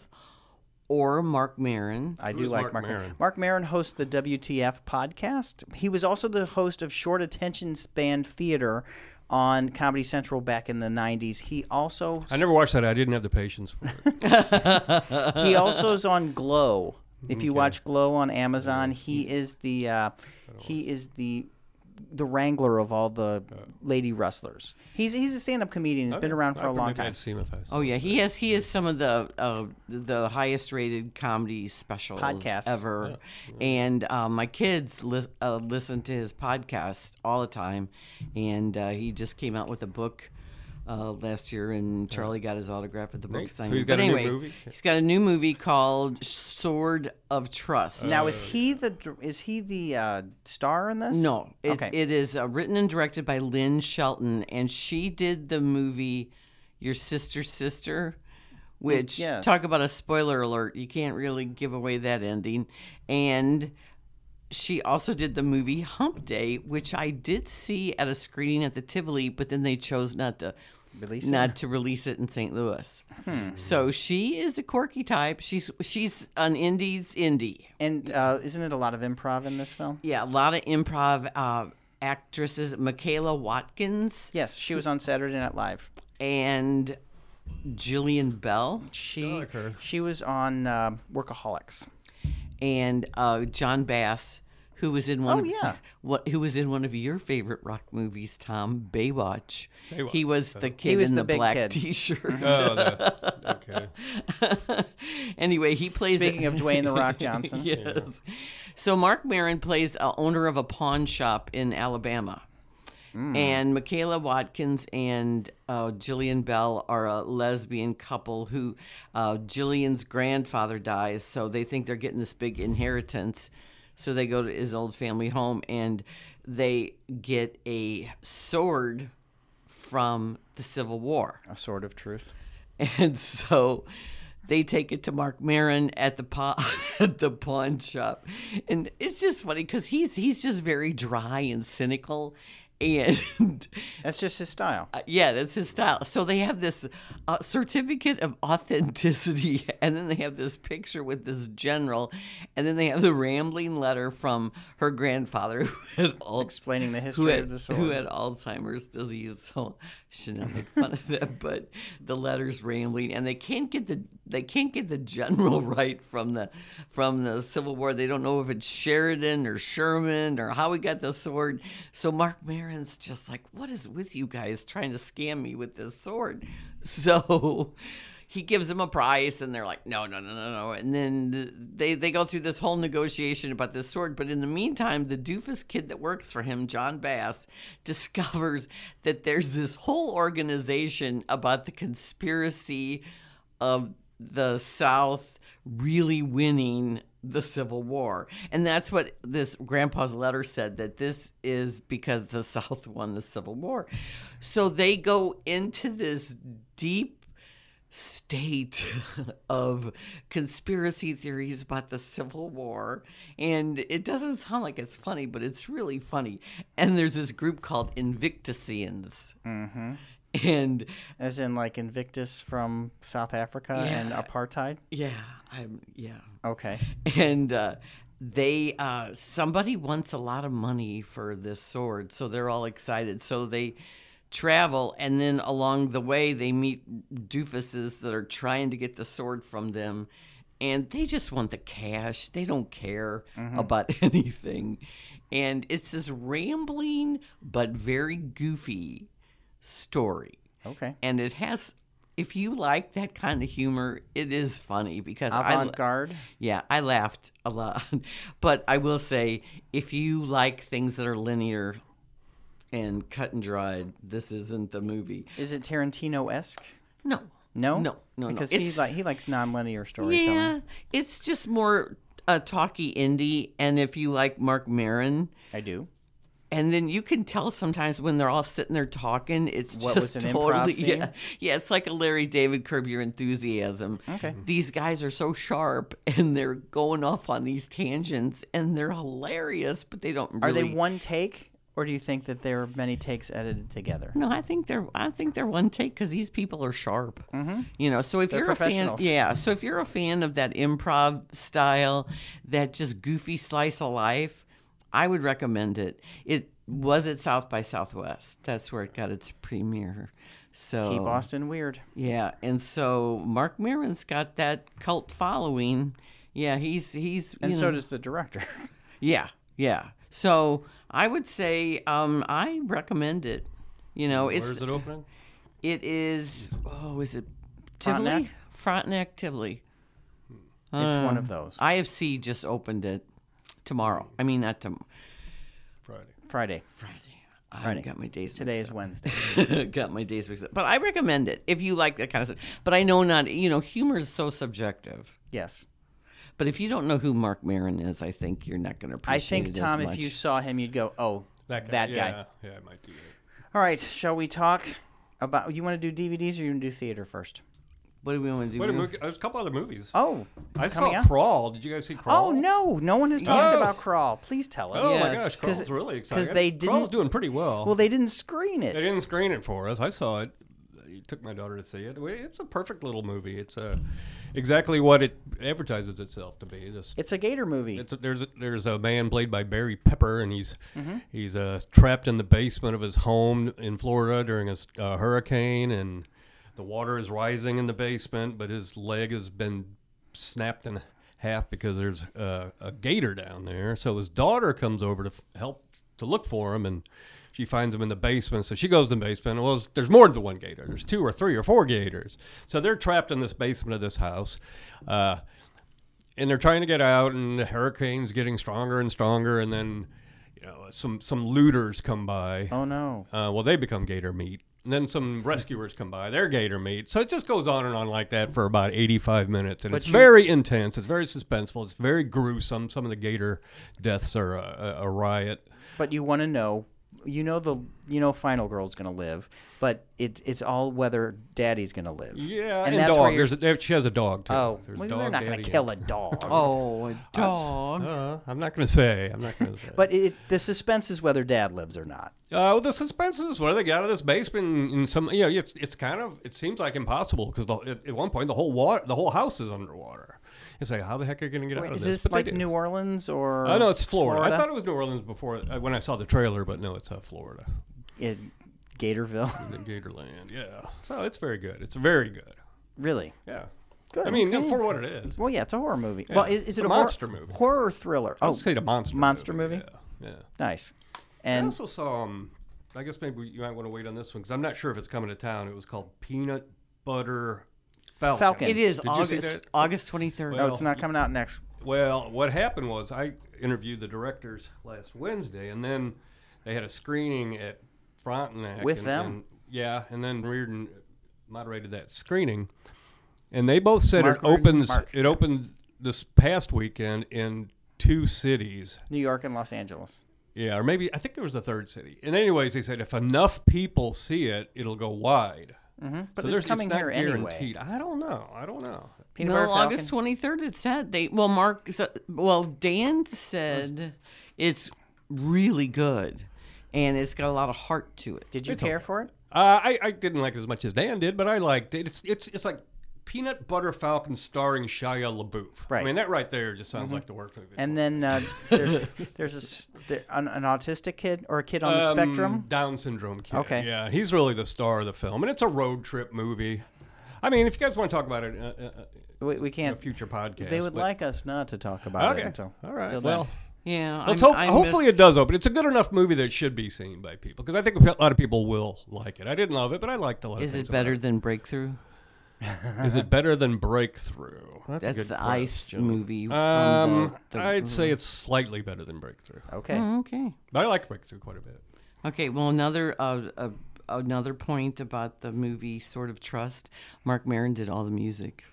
Speaker 1: or Mark Maron,
Speaker 2: I do
Speaker 3: Who's
Speaker 2: like
Speaker 3: Mark
Speaker 2: Mark Maron.
Speaker 3: Maron?
Speaker 2: Mark Maron hosts the WTF podcast. He was also the host of Short Attention Span Theater on Comedy Central back in the 90s. He also
Speaker 3: I never watched that. I didn't have the patience for it.
Speaker 2: he also is on Glow. If you watch Glow on Amazon,
Speaker 3: Hmm.
Speaker 2: he is the uh, he is the the wrangler of all the lady wrestlers. He's he's a stand up comedian. He's been around for a
Speaker 3: Maybe
Speaker 2: long time.
Speaker 3: I'd seen if I saw
Speaker 1: Oh yeah, he has he has some of the uh, the highest rated comedy specials
Speaker 2: Podcasts.
Speaker 1: ever, and uh, my kids lis- uh, listen to his podcast all the time, and uh, he just came out with a book. Uh, last year, and Charlie got his autograph at the book
Speaker 3: Nice. So
Speaker 1: signing.
Speaker 3: he's got
Speaker 1: but
Speaker 3: a new
Speaker 1: anyway,
Speaker 3: movie?
Speaker 1: he's got a new movie called Sword of Trust.
Speaker 3: uh,
Speaker 2: Now is he the dr- is he the uh, star in this?
Speaker 1: No, it,
Speaker 2: okay.
Speaker 1: it is uh, written and directed by Lynn Shelton, and she did the movie Your Sister's Sister, which
Speaker 2: yes.
Speaker 1: talk about a spoiler alert. You can't really give away that ending, and she also did the movie Hump Day, which I did see at a screening at the Tivoli, but then they chose not to
Speaker 2: Release it?
Speaker 1: not to release it in St. Louis.
Speaker 2: Hmm.
Speaker 1: So she is a quirky type. She's she's an indies indie.
Speaker 2: and uh, isn't it a lot of improv in this film?
Speaker 1: Yeah, a lot of improv uh, actresses. Michaela Watkins
Speaker 2: Yes, she was on Saturday Night Live.
Speaker 1: and Jillian Bell
Speaker 2: She
Speaker 3: like her.
Speaker 2: she was on uh, Workaholics.
Speaker 1: and uh, John Bass, who was in one.
Speaker 2: Oh,
Speaker 1: of,
Speaker 2: yeah.
Speaker 1: What who was in one of your favorite rock movies, Tom Baywatch?
Speaker 3: Baywatch,
Speaker 1: He was the kid
Speaker 2: was
Speaker 1: in
Speaker 2: the
Speaker 1: the,
Speaker 2: big
Speaker 1: black
Speaker 2: kid.
Speaker 1: T-shirt.
Speaker 3: Oh, the, okay.
Speaker 1: anyway, he plays.
Speaker 2: Uh-huh. Speaking of Dwayne the Rock Johnson,
Speaker 1: yes. So Mark Maron plays a owner of a pawn shop in Alabama. And Michaela Watkins and uh, Jillian Bell are a lesbian couple who uh, Jillian's grandfather dies, so they think they're getting this big inheritance. So they go to his old family home and they get a sword from the Civil War.
Speaker 2: a sword of truth.
Speaker 1: And so they take it to Mark Maron at the paw, at the pawn shop, and it's just funny because he's he's just very dry and cynical, and
Speaker 2: That's just his style.
Speaker 1: uh, yeah, that's his style. So they have this uh, certificate of authenticity, and then they have this picture with this general, and then they have the rambling letter from her grandfather who had all
Speaker 2: Explaining the
Speaker 1: who
Speaker 2: history
Speaker 1: had,
Speaker 2: of the sword.
Speaker 1: who had Alzheimer's disease. So I should not make fun of that. But the letters rambling, and they can't get the they can't get the general right from the from the Civil War. They don't know if it's Sheridan or Sherman or how he got the sword. So Mark Maron's just like, what is with you guys trying to scam me with this sword? So. He gives them a price, and they're like, "No, no, no, no, no!" And then th- they they go through this whole negotiation about this sword. But in the meantime, the doofus kid that works for him, John Bass, discovers that there's this whole organization about the conspiracy of the South really winning the Civil War. And that's what this grandpa's letter said that this is because the South won the Civil War. So they go into this deep state of conspiracy theories about the Civil War. And it doesn't sound like it's funny, but it's really funny. And there's this group called Invictusians. Mm-hmm. And
Speaker 2: As in, like Invictus from South Africa and
Speaker 1: Yeah.
Speaker 2: apartheid.
Speaker 1: yeah, I'm, yeah.
Speaker 2: Okay.
Speaker 1: and uh, they uh, somebody wants a lot of money for this sword, so they're all excited. So they travel, and then along the way they meet doofuses that are trying to get the sword from them, and they just want the cash. They don't care about anything, and it's this rambling but very goofy story,
Speaker 2: Okay.
Speaker 1: and it has. If you like that kind of humor, it is funny because I,
Speaker 2: Avant garde.
Speaker 1: yeah, I laughed a lot. But I will say, if you like things that are linear and cut and dried, this isn't the movie.
Speaker 2: Is it Tarantino esque?
Speaker 1: No. No,
Speaker 2: No,
Speaker 1: no, no.
Speaker 2: because he
Speaker 1: It's-
Speaker 2: like he likes nonlinear storytelling.
Speaker 1: Yeah, it's just more uh, talky indie, and if you like Mark Maron,
Speaker 2: I do.
Speaker 1: and then you can tell sometimes when they're all sitting there talking, it's
Speaker 2: What was
Speaker 1: just
Speaker 2: an improv
Speaker 1: totally yeah,
Speaker 2: scene?
Speaker 1: yeah. It's like a Larry David curb your enthusiasm. Mm-hmm.
Speaker 2: Okay.
Speaker 1: these guys are so sharp, and they're going off on these tangents, and they're hilarious, but they don't. Really,
Speaker 2: Are they one take, or do you think that there are many takes edited together?
Speaker 1: No, I think they're I think they're one take because these people are sharp. Mm-hmm. You know, so if
Speaker 2: They're
Speaker 1: you're a fan,
Speaker 2: professionals.
Speaker 1: yeah, so if you're a fan of that improv style, that just goofy slice of life, I would recommend it. It was at South by Southwest. That's where it got its premiere. So
Speaker 2: Keep Austin weird.
Speaker 1: yeah, and so Mark Maron's got that cult following. Yeah, he's he's
Speaker 2: And
Speaker 1: you
Speaker 2: so
Speaker 1: know,
Speaker 2: does the director.
Speaker 1: yeah, yeah. So I would say um, I recommend it. You know, it's
Speaker 3: Where's it opening?
Speaker 1: it is. Oh, is it Tivoli? Frontenac Tivoli.
Speaker 2: it's one of those.
Speaker 1: IFC just opened it tomorrow. I mean, not tomorrow.
Speaker 3: Friday.
Speaker 2: Friday.
Speaker 1: Friday.
Speaker 2: Friday.
Speaker 1: I got my days.
Speaker 2: Today
Speaker 1: mixed
Speaker 2: is Wednesday.
Speaker 1: up. got my days mixed up. But I recommend it if you like that kind of stuff. But I know not. You know, humor is so subjective.
Speaker 2: Yes.
Speaker 1: But if you don't know who Mark Maron is, I think you're not going to appreciate
Speaker 2: I think
Speaker 1: it
Speaker 2: Tom,
Speaker 1: as much.
Speaker 2: if you saw him, you'd go, "Oh, that guy."
Speaker 3: Yeah, yeah, it might do that.
Speaker 2: All right. Shall we talk about? You want to do DVDs or you want to do theater first?
Speaker 1: what do we want to do?
Speaker 3: Wait a minute. There's a couple other movies.
Speaker 2: Mm-hmm. Oh.
Speaker 3: I
Speaker 2: coming
Speaker 3: saw
Speaker 2: out?
Speaker 3: Crawl. Did you guys see Crawl?
Speaker 2: Oh no! No one has talked
Speaker 3: No.
Speaker 2: about Crawl. Please tell us.
Speaker 3: Oh my
Speaker 1: Yes,
Speaker 3: gosh,
Speaker 2: 'cause-
Speaker 3: Crawl's really
Speaker 2: 'cause
Speaker 3: exciting.
Speaker 2: they
Speaker 3: Crawl's
Speaker 2: didn't-
Speaker 3: doing pretty well.
Speaker 2: Well, they didn't screen
Speaker 3: They
Speaker 2: it.
Speaker 3: didn't screen it for us. I saw it. He took my daughter to see it. Well, It's a perfect little movie. It's uh, exactly what it advertises itself to be. This
Speaker 2: It's a Gator movie.
Speaker 3: it's there's there's a man played by Barry Pepper, and he's he's uh, trapped in the basement of his home in Florida during a s- a hurricane, and the water is rising in the basement, but his leg has been snapped in half because there's uh, a gator down there. So his daughter comes over to f- help to look for him, and she finds him in the basement. So she goes to the basement. Well, there's- there's more than one gator. There's two or three or four gators. So they're trapped in this basement of this house. Uh, and they're trying to get out, and the hurricane's getting stronger and stronger, and then you know some some looters come by.
Speaker 2: oh no!
Speaker 3: Uh, well, they become gator meat, and then some rescuers come by. They're gator meat, so it just goes on and on like that for about eighty-five minutes, and it's very intense. It's very suspenseful. It's very gruesome. Some of the gator deaths are a, a, a riot.
Speaker 2: But you want to know. You know the. You know Final Girl's gonna live, but it's it's all whether Daddy's gonna live.
Speaker 3: Yeah,
Speaker 2: and,
Speaker 3: and,
Speaker 2: that's where
Speaker 3: dog.
Speaker 2: you're.
Speaker 3: There's a, there- she has a dog too.
Speaker 2: oh,
Speaker 3: There's
Speaker 2: well,
Speaker 3: dog
Speaker 2: they're not gonna
Speaker 3: daddy.
Speaker 2: kill a dog.
Speaker 1: Oh, a dog.
Speaker 3: Uh, I'm not gonna say. I'm not gonna say.
Speaker 2: But it, the suspense is whether Dad lives or not.
Speaker 3: Uh, well, the suspense is what do they get out of this basement? In some, you know, it's, it's kind of it seems like impossible because at, at one point the whole water, the whole house is underwater. It's like how the heck are you going to get out of
Speaker 2: Is
Speaker 3: this?
Speaker 2: this like New Orleans or?
Speaker 3: I know it's Florida. I thought it was New Orleans before uh, when I saw the trailer, but no, it's uh, Florida,
Speaker 2: it, Gatorville.
Speaker 3: the Gatorland. Yeah, so it's very good. It's very good.
Speaker 2: really?
Speaker 3: Yeah,
Speaker 2: Good.
Speaker 3: I mean,
Speaker 2: okay.
Speaker 3: for what it is,
Speaker 2: well, yeah, it's a horror movie. Well, is, is
Speaker 3: It's
Speaker 2: it
Speaker 3: a
Speaker 2: a, hor-
Speaker 3: monster movie.
Speaker 2: Horror thriller. Oh,
Speaker 3: it's kind of monster
Speaker 2: monster movie?
Speaker 3: Yeah, yeah.
Speaker 2: nice.
Speaker 3: I
Speaker 2: And
Speaker 3: also saw. Um, I guess maybe you might want to wait on this one because I'm not sure if it's coming to town. It was called Peanut Butter Falcon.
Speaker 2: Falcon.
Speaker 1: It is
Speaker 3: Did you see
Speaker 1: August
Speaker 3: that?
Speaker 1: August twenty third.
Speaker 2: no, it's not coming out next.
Speaker 3: Well, what happened was I interviewed the directors last Wednesday, and then they had a screening at Frontenac
Speaker 2: With
Speaker 3: and-
Speaker 2: them?
Speaker 3: and- yeah, and then Reardon moderated that screening, and they both said
Speaker 2: Mark
Speaker 3: it
Speaker 2: Reardon?
Speaker 3: opens.
Speaker 2: Mark.
Speaker 3: It opened this past weekend in two cities.
Speaker 2: New York and Los Angeles.
Speaker 3: Yeah, or maybe I think there was a third city. And anyways, they said if enough people see it, it'll go wide. Mm-hmm.
Speaker 2: But it's coming here anyway.
Speaker 3: I don't know. I don't know.
Speaker 2: Peanut
Speaker 1: No,
Speaker 2: Butter
Speaker 1: August
Speaker 2: Falcon.
Speaker 1: twenty third. It said they. Well, Mark. sa- Well, Dan said it's really good, and it's got a lot of heart to it.
Speaker 2: Did you care for it?
Speaker 3: Uh, I, I didn't like it as much as Dan did, but I liked it. It's it's it's like Peanut Butter Falcon starring Shia LaBeouf.
Speaker 2: Right. Mm-hmm.
Speaker 3: I mean that right there just sounds like the work movie.
Speaker 2: And then uh, there's there's a s- there- an, an autistic kid or a kid on the
Speaker 3: Um,
Speaker 2: spectrum.
Speaker 3: Down syndrome kid.
Speaker 2: Okay.
Speaker 3: Yeah, he's really the star of the film, and it's a road trip movie. I mean, if you guys want to talk about it, uh, uh, uh,
Speaker 2: We, we
Speaker 3: in a
Speaker 2: can't.
Speaker 3: future podcast.
Speaker 2: They would
Speaker 3: but-
Speaker 2: like us not to talk about
Speaker 3: Okay.
Speaker 2: it until.
Speaker 3: All right.
Speaker 2: till then.
Speaker 3: well.
Speaker 1: Yeah.
Speaker 3: Let's
Speaker 1: I'm-
Speaker 3: hope,
Speaker 1: I
Speaker 3: hopefully
Speaker 1: missed-
Speaker 3: it does open. It's a good enough movie that it should be seen by people because I think a lot of people will like it. I didn't love it, but I liked a lot.
Speaker 1: Is
Speaker 3: of
Speaker 1: it
Speaker 3: things
Speaker 1: better than Breakthrough?
Speaker 3: About it. Is it better than Breakthrough? That's, a
Speaker 1: That's
Speaker 3: good
Speaker 1: the ice
Speaker 3: question.
Speaker 1: movie. from
Speaker 3: Um,
Speaker 1: the- the-
Speaker 3: I'd say it's slightly
Speaker 1: Mm-hmm.
Speaker 3: better than Breakthrough,
Speaker 2: Okay.
Speaker 1: Okay.
Speaker 3: but I like Breakthrough quite a bit.
Speaker 1: Okay. Well, another uh, uh, another point about the movie Sort of Trust? Mark Maron did all the music.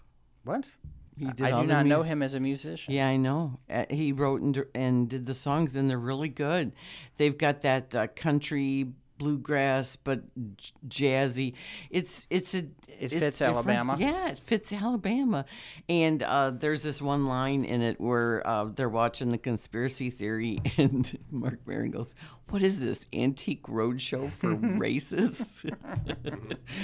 Speaker 2: What?
Speaker 1: He did
Speaker 2: I
Speaker 1: all
Speaker 2: do
Speaker 1: the
Speaker 2: not know
Speaker 1: music.
Speaker 2: him as a musician.
Speaker 1: Yeah, I know. Uh, He wrote and, dir- and did the songs, and they're really good. They've got that uh, country bluegrass, but j- jazzy. It's it's a it's
Speaker 2: fits
Speaker 1: different.
Speaker 2: Alabama.
Speaker 1: Yeah, it fits Alabama. And uh, there's this one line in it where uh, they're watching the conspiracy theory, and Mark Maron goes, "What is this antique roadshow for racists?"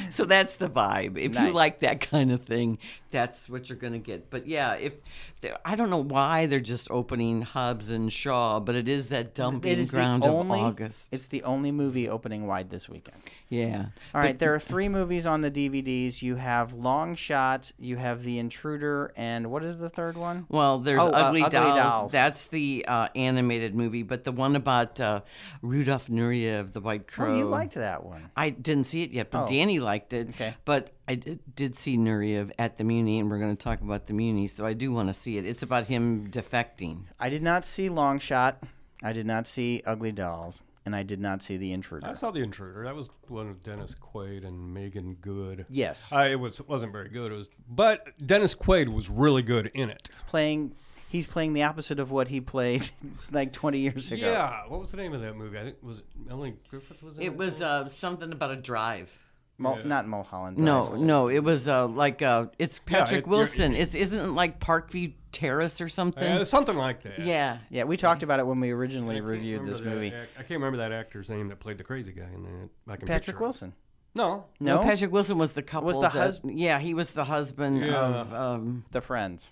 Speaker 1: so that's the vibe. If you
Speaker 2: Nice.
Speaker 1: like that kind of thing, that's what you're going to get. But yeah, if they're- I don't know why they're just opening Hobbs and Shaw, but it is that dumping
Speaker 2: It is the
Speaker 1: ground
Speaker 2: only.
Speaker 1: of August.
Speaker 2: It's the only movie opening wide this weekend.
Speaker 1: yeah.
Speaker 2: All right, there are three movies on the DVDs. You have Long Shot, you have The Intruder, and what is the third one?
Speaker 1: Well, there's
Speaker 2: Oh, uh,
Speaker 1: Ugly,
Speaker 2: Ugly
Speaker 1: Dolls.
Speaker 2: Dolls.
Speaker 1: That's the uh, animated movie, but the one about uh, Rudolph Nureyev, the White Crow.
Speaker 2: Oh, you liked that one.
Speaker 1: I didn't see it yet, but Danny liked it.
Speaker 2: Okay.
Speaker 1: But I did, did see Nureyev at the Muni, and we're going to talk about the Muni, so I do want to see it. It's about him defecting.
Speaker 2: I did not see Long Shot. I did not see Ugly Dolls, and I did not see The Intruder.
Speaker 3: I saw The Intruder. That was one of Dennis Quaid and Megan Good.
Speaker 2: yes,
Speaker 3: I, it was wasn't very good. It was, but Dennis Quaid was really good in it.
Speaker 2: playing. He's playing the opposite of what he played like 20 years ago.
Speaker 3: Yeah. What was the name of that movie? I think was it Melanie Griffith was in
Speaker 1: It was uh, something about a drive.
Speaker 2: Mul- Not Mulholland.
Speaker 1: No,
Speaker 2: Drive.
Speaker 1: no, it was uh, like uh, it's Patrick
Speaker 3: it- you're-
Speaker 1: Wilson. It's isn't it like Parkview Terrace or something.
Speaker 3: Yeah, something like that.
Speaker 1: yeah.
Speaker 2: Yeah, we talked about it when we originally
Speaker 3: I can't
Speaker 2: reviewed
Speaker 3: remember
Speaker 2: this
Speaker 3: that
Speaker 2: movie.
Speaker 3: ac- I can't remember that actor's name that played the crazy guy in that. I can picture
Speaker 2: Patrick
Speaker 3: him.
Speaker 2: Wilson.
Speaker 3: No,
Speaker 2: No,
Speaker 1: Patrick Wilson was the couple.
Speaker 2: the
Speaker 1: that-
Speaker 2: hus-
Speaker 1: Yeah, he was the husband
Speaker 3: Yeah.
Speaker 1: of. Um,
Speaker 2: the Friends.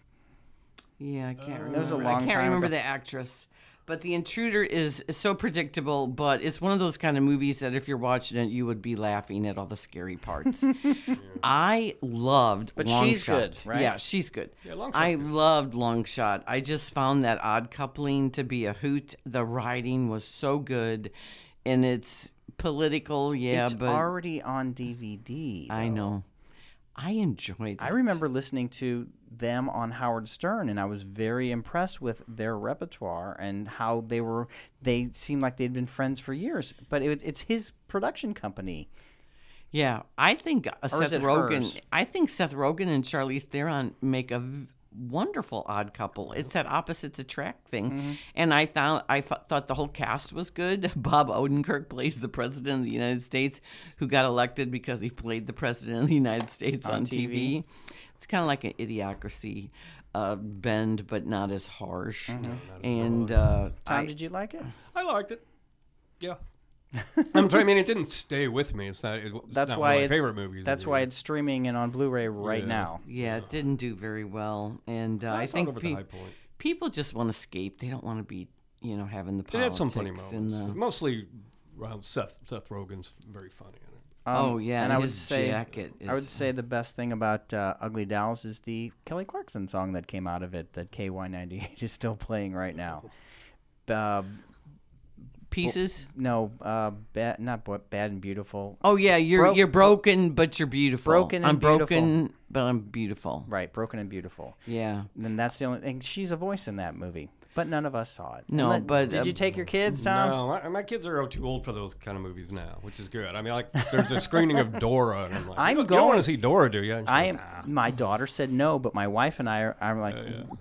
Speaker 1: yeah, I can't remember.
Speaker 2: That was a
Speaker 1: I
Speaker 2: long
Speaker 1: can't
Speaker 2: time
Speaker 1: remember
Speaker 2: ago.
Speaker 1: the actress. But the intruder is so predictable, but it's one of those kind of movies that if you're watching it, you would be laughing at all the scary parts. I loved,
Speaker 2: But
Speaker 1: Long
Speaker 2: she's
Speaker 1: Shot.
Speaker 2: good, right?
Speaker 1: Yeah, she's good.
Speaker 3: Long Shot's
Speaker 1: I loved Long Shot. I just found that odd coupling to be a hoot. The writing was so good, and it's political, yeah,
Speaker 2: it's
Speaker 1: but
Speaker 2: already on DVD.
Speaker 1: I know. I enjoyed.
Speaker 2: I
Speaker 1: it.
Speaker 2: remember listening to them on Howard Stern, and I was very impressed with their repertoire and how they were. They seemed like they'd been friends for years, but it, it's his production company.
Speaker 1: Yeah, I think uh,
Speaker 2: Or is
Speaker 1: Seth
Speaker 2: it
Speaker 1: Rogen.
Speaker 2: hers?
Speaker 1: I think Seth Rogen and Charlize Theron make a v- wonderful odd couple. It's that opposites attract thing,
Speaker 2: Mm-hmm.
Speaker 1: and I found I f- thought the whole cast was good. Bob Odenkirk plays the president of the United States, who got elected because he played the president of the United States on, TV. It's kind of like an idiocracy uh, bend, but not as harsh.
Speaker 2: Mm-hmm.
Speaker 1: and uh,
Speaker 2: Tom, did you like it?
Speaker 3: I liked it. Yeah. I'm trying, I mean, it didn't stay with me. It's not. It, it's
Speaker 2: That's
Speaker 3: not
Speaker 2: why
Speaker 3: one of
Speaker 2: it's
Speaker 3: my favorite movie.
Speaker 2: That's why it's streaming and on Blu-ray right
Speaker 3: Yeah.
Speaker 2: now.
Speaker 1: yeah, it didn't do very well. And uh, I,
Speaker 3: I saw it
Speaker 1: think
Speaker 3: over the
Speaker 1: pe-
Speaker 3: high point.
Speaker 1: people just want to escape. They don't want to be, you know, having the
Speaker 3: It had
Speaker 1: politics.
Speaker 3: some funny
Speaker 1: and
Speaker 3: moments,
Speaker 1: the-
Speaker 3: mostly around Seth. Seth Rogen's very funny in it.
Speaker 1: oh yeah,
Speaker 2: Um, and I would
Speaker 1: his
Speaker 2: say-
Speaker 1: jacket is,
Speaker 2: I would
Speaker 3: uh,
Speaker 2: say the best thing about uh, Ugly Dolls is the Kelly Clarkson song that came out of it that KY98 is still playing right now. Uh,
Speaker 1: pieces.
Speaker 2: no, uh, bad, not Bo- bad and beautiful.
Speaker 1: Oh yeah, you're
Speaker 2: Broke-
Speaker 1: you're broken, but you're beautiful.
Speaker 2: Broken and
Speaker 1: I'm broken, but I'm beautiful.
Speaker 2: Right, broken and beautiful.
Speaker 1: Yeah.
Speaker 2: And that's the only thing. She's a voice in that movie, but none of us saw it.
Speaker 1: No,
Speaker 2: Unle-
Speaker 1: but,
Speaker 2: did
Speaker 1: uh,
Speaker 2: you take your kids, Tom?
Speaker 3: no, my, my kids are too old for those kind of movies now, which is good. I mean, like there's a screening of Dora, and I'm like,
Speaker 2: I'm
Speaker 3: you, don't- you don't want
Speaker 2: going-
Speaker 3: to see Dora, do you? And she's
Speaker 2: I
Speaker 3: like,
Speaker 2: am. My daughter said no, but my wife and I are. I'm like,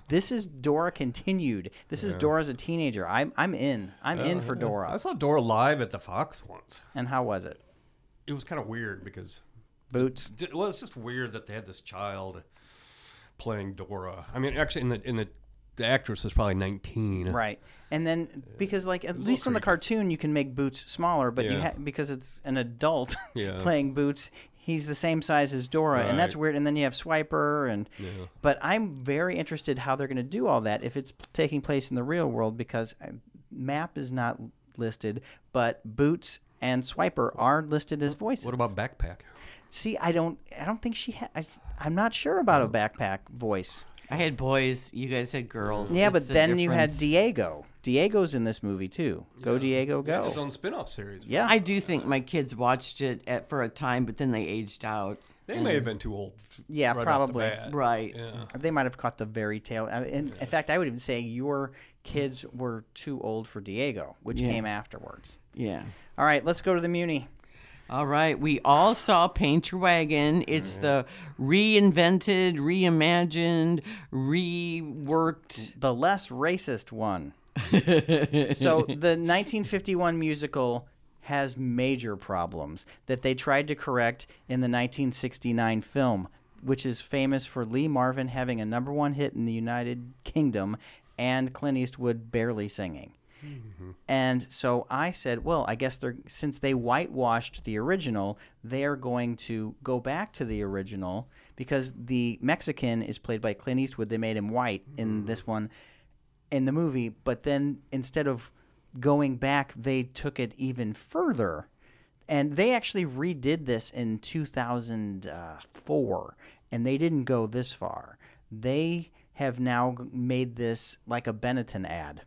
Speaker 2: this is Dora continued. This is Dora as a teenager. I'm. I'm in. I'm in for
Speaker 3: I
Speaker 2: Dora.
Speaker 3: saw Dora live at the Fox once.
Speaker 2: And how was it?
Speaker 3: It was kind of weird because
Speaker 2: Boots.
Speaker 3: Ju- well, it's just weird that they had this child playing Dora. I mean, actually, in the in the the actress is probably nineteen.
Speaker 2: Right. And then because like at least on the cartoon you can make Boots smaller, but you
Speaker 3: Yeah.
Speaker 2: ha- because it's an adult
Speaker 3: Yeah.
Speaker 2: playing Boots, he's the same size as Dora, and that's
Speaker 3: Right.
Speaker 2: weird. And then you have Swiper, and but I'm very interested how they're going to do all that if it's p- taking place in the real world because uh, Map is not listed, but Boots and Swiper are listed as voices.
Speaker 3: What about backpack?
Speaker 2: See, I don't, I don't think she ha I, I'm not sure about a backpack voice.
Speaker 1: I had boys. You guys had girls.
Speaker 2: Yeah,
Speaker 1: It's
Speaker 2: but
Speaker 1: the
Speaker 2: then you had
Speaker 1: difference.
Speaker 2: Diego. Diego's in this movie too. Go Diego,
Speaker 3: Yeah,
Speaker 2: go.
Speaker 3: his own spin-off series.
Speaker 2: Oh. Yeah.
Speaker 1: I do think my kids watched it at, for a time, but then they aged out.
Speaker 3: They may have been too old. f-
Speaker 2: Yeah,
Speaker 3: right off the
Speaker 2: probably.
Speaker 3: bat.
Speaker 1: Right.
Speaker 3: Yeah.
Speaker 2: they might have caught the very tail. I- In, in fact, I would even say your kids were too old for Diego, which came afterwards.
Speaker 1: Yeah.
Speaker 2: All right, let's go to the Muni.
Speaker 1: All right, we all saw Paint Your Wagon. It's the reinvented, reimagined, reworked.
Speaker 2: the less racist one. so the 1951 musical has major problems that they tried to correct in the 1969 film, which is famous for Lee Marvin having a number one hit in the United Kingdom and Clint Eastwood barely singing. And so I said, well, I guess they're since they whitewashed the original, they're going to go back to the original because the Mexican is played by Clint Eastwood. They made him white in this one in the movie, but then instead of going back, they took it even further. And they actually redid this in 2004, and they didn't go this far. They have now g- made this like a Benetton ad.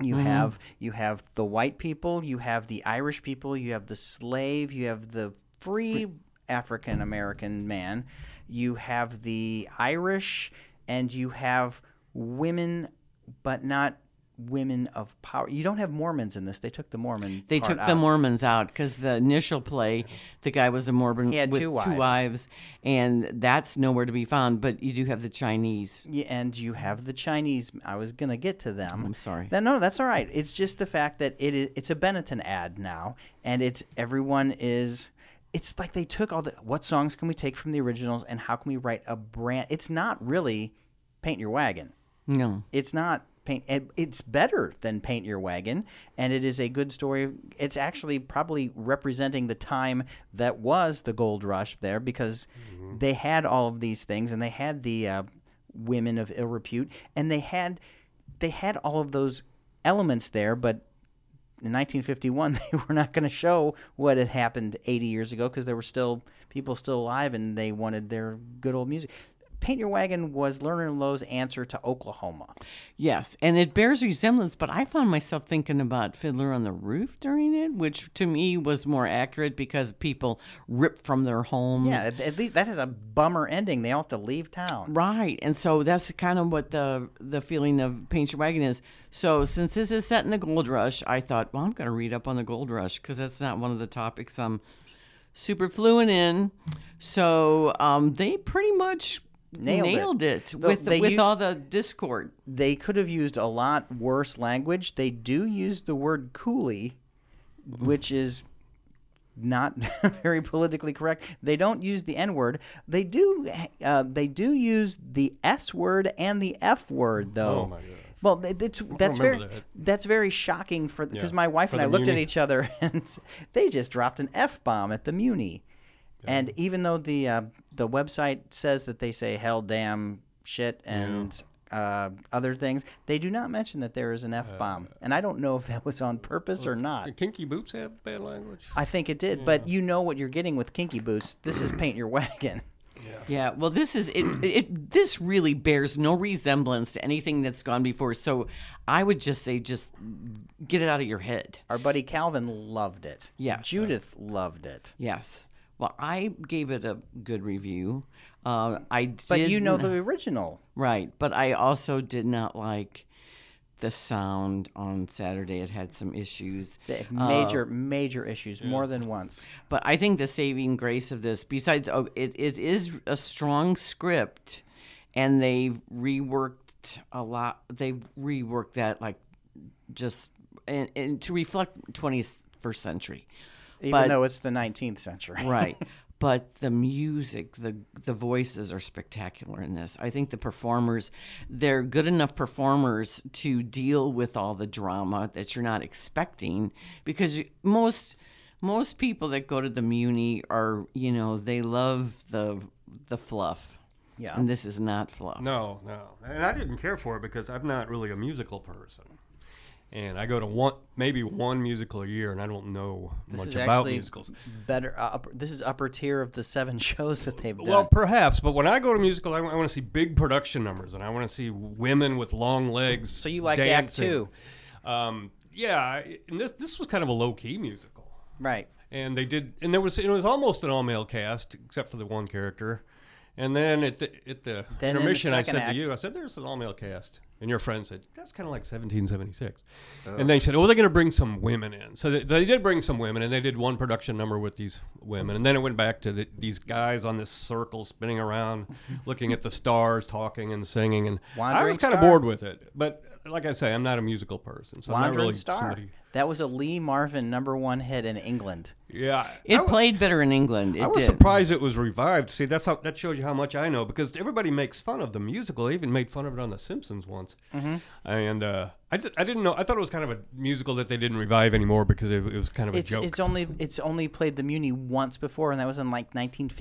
Speaker 2: You
Speaker 1: Mm-hmm.
Speaker 2: have you have the white people, you have the Irish people, you have the slave, you have the free African American man, you have the Irish, and you have women, but not women of power. You don't have Mormons in this. They took the Mormon.
Speaker 1: They
Speaker 2: part
Speaker 1: took
Speaker 2: out.
Speaker 1: the Mormons out because the initial play, the guy was a Mormon
Speaker 2: had
Speaker 1: with
Speaker 2: two
Speaker 1: two
Speaker 2: wives.
Speaker 1: wives, and that's nowhere to be found. But you do have the Chinese.
Speaker 2: Yeah, and you have the Chinese. I was gonna get to them. I'm
Speaker 1: sorry.
Speaker 2: Then no, that's all right. It's just the fact that it is. It's a Benetton ad now, and it's everyone is. It's like they took all the what songs can we take from the originals, and how can we write a brand? It's not really paint your wagon.
Speaker 1: No,
Speaker 2: It's not paint. and It's better than paint your wagon, and it is a good story. It's actually probably representing the time that was the gold rush there, because they had all of these things, and they had the uh, women of ill repute, and they had they had all of those elements there, but. In 1951, they were not going to show what had happened 80 years ago because there were still people still alive and they wanted their good old music. Paint Your Wagon was Lerner and Lowe's answer to Oklahoma.
Speaker 1: yes, and it bears resemblance. But I found myself thinking about Fiddler on the Roof during it, which to me was more accurate because people ripped from their homes.
Speaker 2: Yeah, at, at least that is a bummer ending. They all have to leave town.
Speaker 1: Right, and so that's kind of what the the feeling of Paint Your Wagon is. So since this is set in the Gold Rush, I thought, well, I'm going to read up on the Gold Rush because that's not one of the topics I'm super fluent in. So um, they pretty much
Speaker 2: Nailed
Speaker 1: nailed,
Speaker 2: it.
Speaker 1: it,
Speaker 2: Though
Speaker 1: with
Speaker 2: they
Speaker 1: with
Speaker 2: used-
Speaker 1: all the discord.
Speaker 2: They could have used a lot worse language. They do use the word coolie, which is not very politically correct. They don't use the N word. They do. Uh, they do use the S word and the F word, though.
Speaker 3: Oh, my God.
Speaker 2: Well, th- that's that's very
Speaker 3: remember that.
Speaker 2: that's very shocking for because
Speaker 3: Yeah,
Speaker 2: my wife
Speaker 3: for
Speaker 2: and I
Speaker 3: the
Speaker 2: looked at
Speaker 3: Muni.
Speaker 2: each other and s- they just dropped an f bomb at the Muni, and even though the uh, the website says that they say hell, damn, shit, and uh, other things, they do not mention that there is an f bomb,
Speaker 3: Uh,
Speaker 2: and I don't know if that was on purpose or not.
Speaker 3: The Kinky Boots have bad language.
Speaker 2: I think it did, but you know what you're getting with kinky boots. This is paint your wagon.
Speaker 1: Yeah, well, this is it, it. This really bears no resemblance to anything that's gone before. So I would just say, just get it out of your head.
Speaker 2: Our buddy Calvin loved it.
Speaker 1: Yes.
Speaker 2: Judith loved it.
Speaker 1: Yes. Well, I gave it a good review. Uh, I did,
Speaker 2: But you know the original.
Speaker 1: right, but I also did not like the sound on Saturday. It had some issues.
Speaker 2: They- Major, major issues more than once.
Speaker 1: But I think the saving grace of this, besides, oh, it, it is a strong script, and they've reworked a lot. They've reworked that like just and, and to reflect 21st century.
Speaker 2: even
Speaker 1: But-
Speaker 2: though it's the 19th century.
Speaker 1: right but the music the the voices are spectacular in this i think the performers they're good enough performers to deal with all the drama that you're not expecting because you, most most people that go to the muni are you know they love the the fluff
Speaker 2: Yeah.
Speaker 1: and this is not fluff
Speaker 3: No, no. And I didn't care for it because I'm not really a musical person. And I go to one, maybe one musical a year, and I don't know
Speaker 2: This
Speaker 3: much
Speaker 2: is
Speaker 3: about
Speaker 2: actually
Speaker 3: musicals.
Speaker 2: better. Uh, upper, this is upper tier of the seven shows that they've done.
Speaker 3: Well, perhaps, but when I go to musical, I, want to see big production numbers, and I want to see women with long legs.
Speaker 2: so you like
Speaker 3: dancing.
Speaker 2: Act Two,
Speaker 3: Um, yeah, I- and this this was kind of a low key musical,
Speaker 2: right?
Speaker 3: and they did, and there was it was almost an all male cast except for the one character, and then at the at the
Speaker 2: Then in the
Speaker 3: intermission, I
Speaker 2: second
Speaker 3: said
Speaker 2: act-
Speaker 3: to you, I said, "There's an all male cast," And your friend said, that's kind of like 1776. And they said, oh, they're going to bring some women in. So they, they did bring some women, and they did one production number with these women. And then it went back to the, these guys on this circle spinning around, looking at the stars, talking and singing. And I
Speaker 2: Wandering
Speaker 3: was kind of
Speaker 2: star.
Speaker 3: bored with it. But like I say, I'm not a musical person. So I'm
Speaker 2: Wandering
Speaker 3: not really
Speaker 2: Star.
Speaker 3: somebody.
Speaker 2: That was a Lee Marvin number one hit in England.
Speaker 3: Yeah.
Speaker 1: It
Speaker 3: I wa-
Speaker 1: played better in England. It
Speaker 3: I was
Speaker 1: did.
Speaker 3: surprised it was revived. See, that's how that shows you how much I know because everybody makes fun of the musical. They even made fun of it on The Simpsons once,
Speaker 2: Mm-hmm.
Speaker 3: and uh, I just, I didn't know. I thought it was kind of a musical that they didn't revive anymore because it, it was kind of a
Speaker 2: It's
Speaker 3: joke.
Speaker 2: it's only it's only played the Muni once before, and that was in like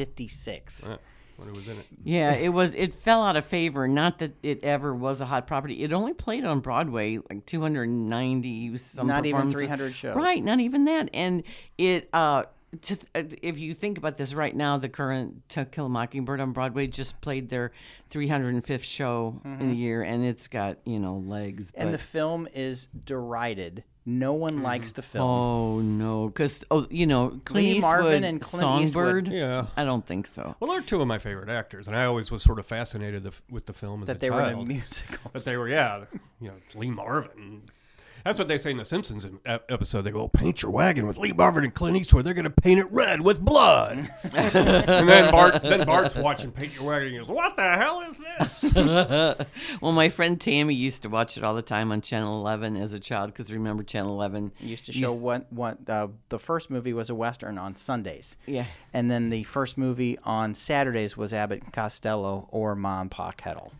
Speaker 2: 1956.
Speaker 3: Uh, when it was in it.
Speaker 1: Yeah, it was. It fell out of favor. Not that it ever was a hot property. It only played on Broadway like 290 some.
Speaker 2: Not even
Speaker 1: performances.
Speaker 2: 300 shows.
Speaker 1: Right, not even that. And it, uh, to, uh, if you think about this right now, the current To Kill a Mockingbird on Broadway just played their 305th show in a year, and it's got you know legs.
Speaker 2: Mm-hmm. And
Speaker 1: but-
Speaker 2: the film is derided. No one
Speaker 3: Mm.
Speaker 2: likes the film.
Speaker 1: oh no, because oh you know Clint
Speaker 2: Lee Marvin
Speaker 1: Eastwood,
Speaker 2: and Clint
Speaker 1: Songbird.
Speaker 2: Eastwood.
Speaker 3: Yeah.
Speaker 1: I don't think so.
Speaker 3: Well, they're two of my favorite actors, and I always was sort of fascinated the, with the film as
Speaker 2: that
Speaker 3: a
Speaker 2: they were in a
Speaker 3: child.
Speaker 2: musical.
Speaker 3: But they were, yeah, you know, it's Lee Marvin. That's what they say in the Simpsons ep- episode. They go, "Paint your wagon with Lee Marvin and Clint Eastwood. They're going to paint it red with blood." and then Bart, then Bart's watching "Paint Your Wagon." And he goes, "What the hell is this?"
Speaker 1: Well, my friend Tammy used to watch it all the time on Channel 11 as a child because remember Channel 11
Speaker 2: Used to show what what uh, the first movie was a western on Sundays.
Speaker 1: Yeah.
Speaker 2: And then the first movie on Saturdays was Abbott and Costello or Mom Pa Kettle.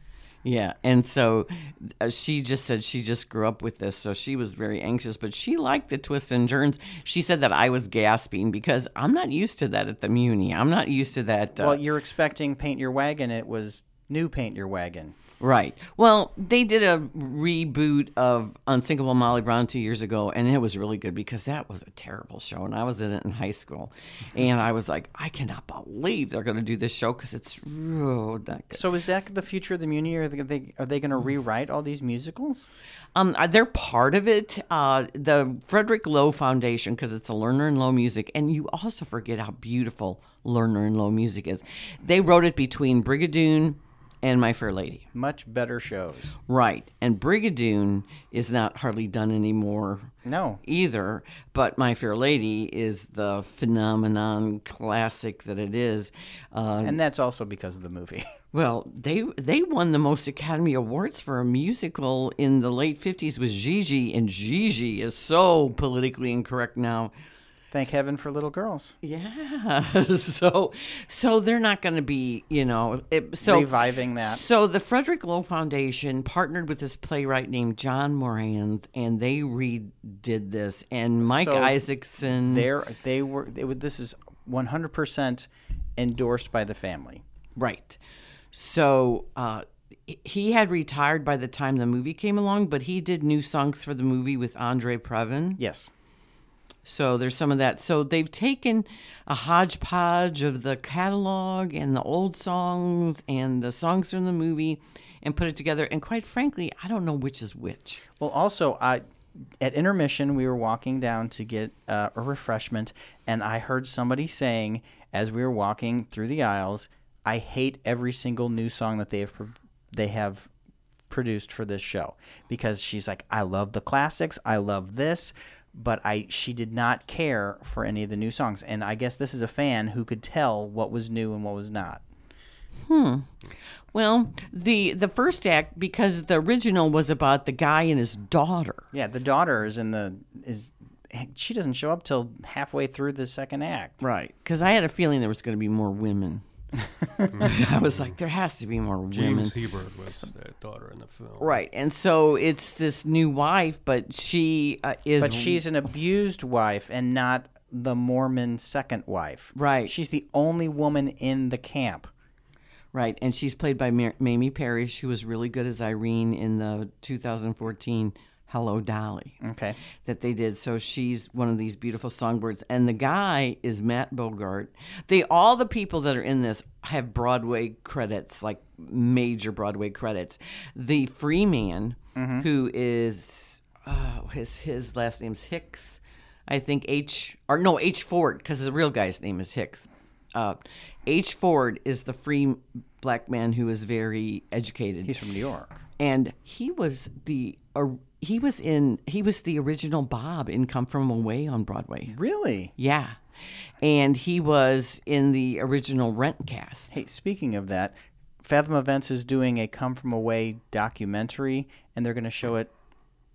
Speaker 1: Yeah, and so uh, she just said she just grew up with this, so she was very anxious, but she liked the twists and turns. She said that I was gasping because I'm not used to that at the Muni. I'm not used to that. Uh,
Speaker 2: Well, you're expecting Paint Your Wagon. It was new Paint Your Wagon.
Speaker 1: right. Well, they did a reboot of Unsinkable Molly Brown two years ago, and it was really good because that was a terrible show, and I was in it in high school, and I was like, I cannot believe they're going to do this show because it's real not good.
Speaker 2: So is that the future of the Muni? Are they are they going to rewrite all these musicals?
Speaker 1: Um, uh, they're part of it. Uh, the Frederick Lowe Foundation, because it's a Lerner and Lowe music, and you also forget how beautiful Lerner and Lowe music is. They wrote it between Brigadoon and My Fair Lady,
Speaker 2: Much better shows.
Speaker 1: right? And Brigadoon is not hardly done anymore
Speaker 2: No,
Speaker 1: either, but My Fair Lady is the phenomenon classic that it is. Uh,
Speaker 2: and that's also because of the movie.
Speaker 1: well, they they won the most Academy Awards for a musical in the late fifties with Gigi, and Gigi is so politically incorrect now.
Speaker 2: Thank heaven for little girls.
Speaker 1: Yeah, so so they're not going to be, you know, it, so
Speaker 2: Reviving that.
Speaker 1: So the Frederick Lowe Foundation partnered with this playwright named John Morans, and they redid this. And Mike
Speaker 2: So
Speaker 1: Isaacson,
Speaker 2: There they were. They, were- this is 100 percent endorsed by the family.
Speaker 1: Right. So uh, h- he had retired by the time the movie came along, but he did new songs for the movie with Andre Previn.
Speaker 2: Yes.
Speaker 1: So there's some of that. So they've taken a hodgepodge of the catalog and the old songs and the songs from the movie and put it together. And quite frankly, I don't know which is which.
Speaker 2: Well, also, I at intermission we were walking down to get uh, a refreshment, and I heard somebody saying as we were walking through the aisles, "I hate every single new song that they have pro- they have produced for this show," because she's like, "I love the classics, I love this." But I, she did not care for any of the new songs, and I guess this is a fan who could tell what was new and what was not.
Speaker 1: Well, the the first act because the original was about the guy and his daughter.
Speaker 2: Yeah, the daughter is in the is, she doesn't show up till halfway through the second act.
Speaker 1: Right. Because I had a feeling there was going to be more women. I was like, there has to be more women.
Speaker 3: James Hebert was the daughter in the film.
Speaker 1: Right. And so it's this new wife, but she uh, is.
Speaker 2: But she's an abused wife and not the Mormon second wife.
Speaker 1: Right.
Speaker 2: She's the only woman in the camp.
Speaker 1: Right. And she's played by Mar- Mamie Parrish, who was really good as Irene in the 2014 Hello Dolly
Speaker 2: Okay.
Speaker 1: that they did. So she's one of these beautiful songbirds. And the guy is Matt Bogart. They, all the people that are in this have Broadway credits, like major Broadway credits. The free man, who is, oh, his, his last name's Hicks. I think H or no H Ford because the real guy's name is Hicks. Uh, H. Ford is the free black man who is very educated
Speaker 2: He's from New York.
Speaker 1: and he was the or he was in he was the original Bob in Come From Away on Broadway.
Speaker 2: Really?
Speaker 1: Yeah, and he was in the original Rent cast.
Speaker 2: Hey, speaking of that, Fathom Events is doing a Come From Away documentary, and they're going to show it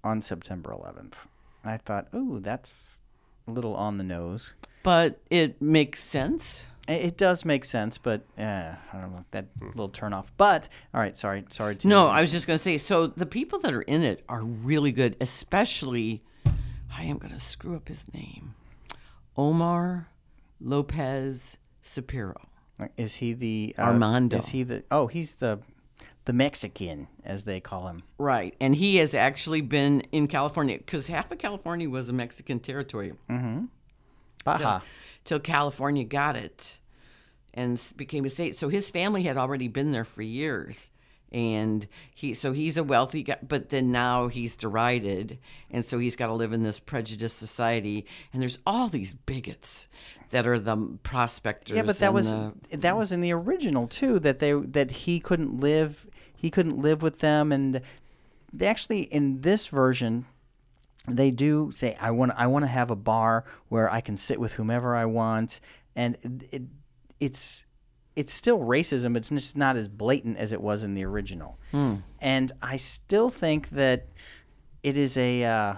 Speaker 2: on September 11th. And I thought, ooh, that's a little on the nose.
Speaker 1: But it makes sense.
Speaker 2: I- It does make sense, but uh, I don't know that little turn off. But all right, sorry, sorry to
Speaker 1: Hmm. No, I was just gonna say. So the people that are in it are really good, especially. I am gonna screw up his name, Omar Lopez Sapiro.
Speaker 2: Is he the uh,
Speaker 1: Armando.
Speaker 2: Is he the? Oh, he's the the Mexican, as they call him.
Speaker 1: Right. And he has actually been in California because half of California was a Mexican territory
Speaker 2: Baja.
Speaker 1: till California got it and s- became a state. So his family had already been there for years. And he, so he's a wealthy guy, but then now he's derided. And so he's got to live in this prejudiced society. And there's all these bigots that are the prospectors.
Speaker 2: Yeah, but that
Speaker 1: and
Speaker 2: was
Speaker 1: the-
Speaker 2: that was in the original too. That they that he couldn't live he couldn't live with them, and they actually in this version they do say I want I want to have a bar where I can sit with whomever I want, and it, it's it's still racism. It's just not as blatant as it was in the original,
Speaker 1: Hmm.
Speaker 2: and I still think that it is a. Uh,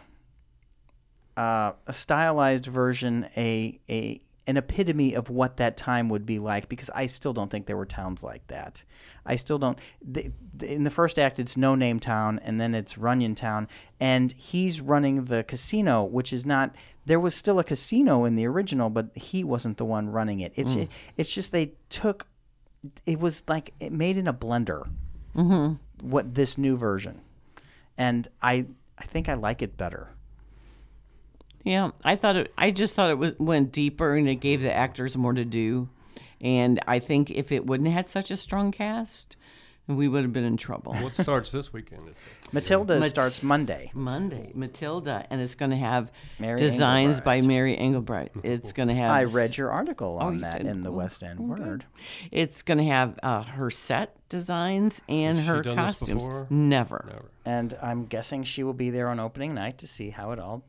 Speaker 2: uh, a stylized version, a a an epitome of what that time would be like. Because I still don't think there were towns like that. I still don't. The, the, in the first act, it's No Name Town, and then it's Runyon Town, and he's running the casino, which is not. There was still a casino in the original, but he wasn't the one running it. It's it's just they took. It was like it made in a blender. What this new version, and I I think I like it better.
Speaker 1: Yeah, I thought it. I just thought it was, went deeper and it gave the actors more to do. And I think if it wouldn't have had such a strong cast, we would have been in trouble.
Speaker 3: What starts this weekend? It's-
Speaker 2: Matilda starts Monday.
Speaker 1: Monday, Matilda, and it's going to have
Speaker 2: Mary
Speaker 1: designs by Mary Engelbright. It's going to have.
Speaker 2: I read your article on
Speaker 1: Oh, you
Speaker 2: that
Speaker 1: did? oh,
Speaker 2: in the West End Word.
Speaker 1: It's going to have uh, her set designs and
Speaker 3: Has she
Speaker 1: her
Speaker 3: done this
Speaker 1: costumes.
Speaker 3: before?
Speaker 1: Never.
Speaker 2: And I'm guessing she will be there on opening night to see how it all.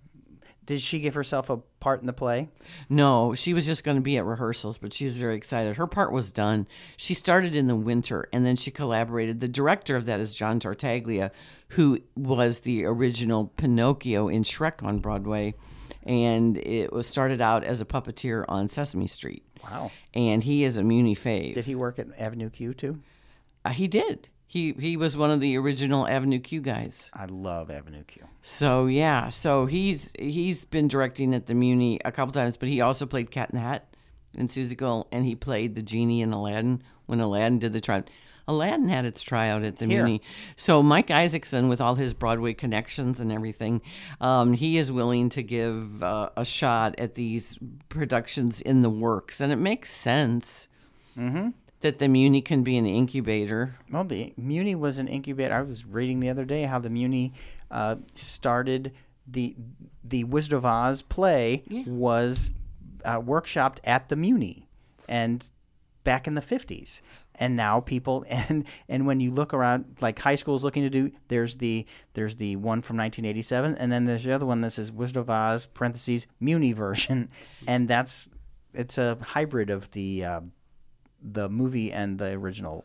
Speaker 2: Did she give herself a part in the play?
Speaker 1: No, she was just going to be at rehearsals, but she's very excited. Her part was done. She started in the winter and then she collaborated. The director of that is John Tartaglia, who was the original Pinocchio in Shrek on Broadway. And it was started out as a puppeteer on Sesame Street.
Speaker 2: Wow.
Speaker 1: And he is a Muni fave.
Speaker 2: Did he work at Avenue Q too?
Speaker 1: Uh, he did. He, he was one of the original Avenue Q guys.
Speaker 2: I love Avenue Q.
Speaker 1: So yeah, so he's he's been directing at the Muni a couple times, but he also played Cat in the Hat in Seussical, and he played the genie in Aladdin when Aladdin did the tryout. Aladdin had its tryout at the Muni. So Mike Isaacson, with all his Broadway connections and everything, um, he is willing to give uh, a shot at these productions in the works, and it makes sense that the Muni can be an incubator.
Speaker 2: Well, the Muni was an incubator. I was reading the other day how the Muni uh, started the the Wizard of Oz play was uh, workshopped at the Muni, and back in the fifties. And now people and and when you look around, like high school's looking to do, there's the there's the one from 1987, and then there's the other one that says Wizard of Oz parentheses Muni version, and that's it's a hybrid of the uh, the movie and the original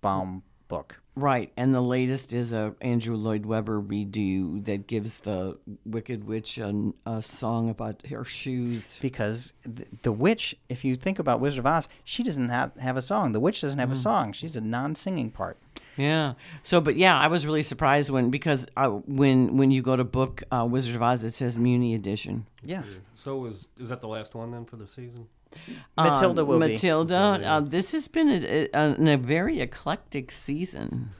Speaker 2: Baum book.
Speaker 1: Right, and the latest is a Andrew Lloyd Webber redo that gives the Wicked Witch an, a song about her shoes.
Speaker 2: Because th- the witch, if you think about Wizard of Oz, she doesn't have, have a song. The witch doesn't have a song. She's a non-singing part.
Speaker 1: Yeah. So, but yeah, I was really surprised when because I, when when you go to book uh, Wizard of Oz, it says Muni edition.
Speaker 2: Yes,
Speaker 3: So is is that the last one then for the season?
Speaker 2: Matilda
Speaker 1: Um,
Speaker 2: will be.
Speaker 1: Matilda. Uh, this has been a, a, an- a very eclectic season.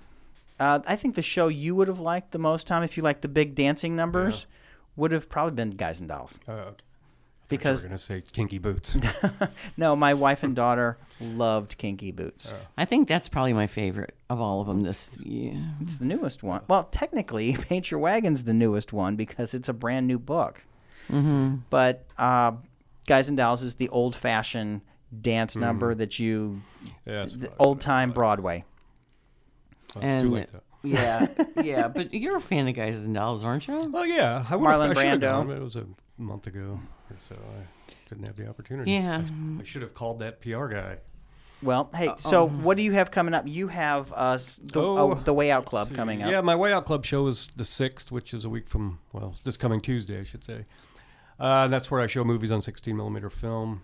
Speaker 2: Uh, I think the show you would have liked the most, Tom, if you liked the big dancing numbers, would have probably been Guys and Dolls.
Speaker 3: Uh, okay.
Speaker 2: Because
Speaker 3: we're gonna say kinky boots.
Speaker 2: no, my wife and daughter loved Kinky Boots.
Speaker 1: I think that's probably my favorite of all of them this year.
Speaker 2: It's the newest one. Well, technically, Paint Your Wagon's the newest one because it's a
Speaker 3: Mm-hmm.
Speaker 2: brand new book. But uh, Guys and Dolls is the old fashioned dance
Speaker 3: Mm-hmm.
Speaker 2: number that you
Speaker 3: Yeah, that's right.
Speaker 2: old time Broadway.
Speaker 3: Well, it's too
Speaker 1: And-
Speaker 3: late, though.
Speaker 1: Yeah, yeah, but you're a fan of Guys and Dolls, aren't you?
Speaker 3: Well, yeah, I would
Speaker 2: Marlon
Speaker 3: have, I should have
Speaker 2: Brando.
Speaker 3: gone, but it was a month ago or so. I didn't have the opportunity.
Speaker 1: Yeah.
Speaker 3: I, I should have called that PR guy.
Speaker 2: Well, hey, so what do you have coming up? You have uh, s- the, oh,
Speaker 3: Uh, um, Oh,
Speaker 2: the Way Out Club coming up.
Speaker 3: Yeah, my Way Out Club show is the 6th, which is a week from, well, this coming Tuesday, I should say. Uh, that's where I show movies on 16 millimeter film.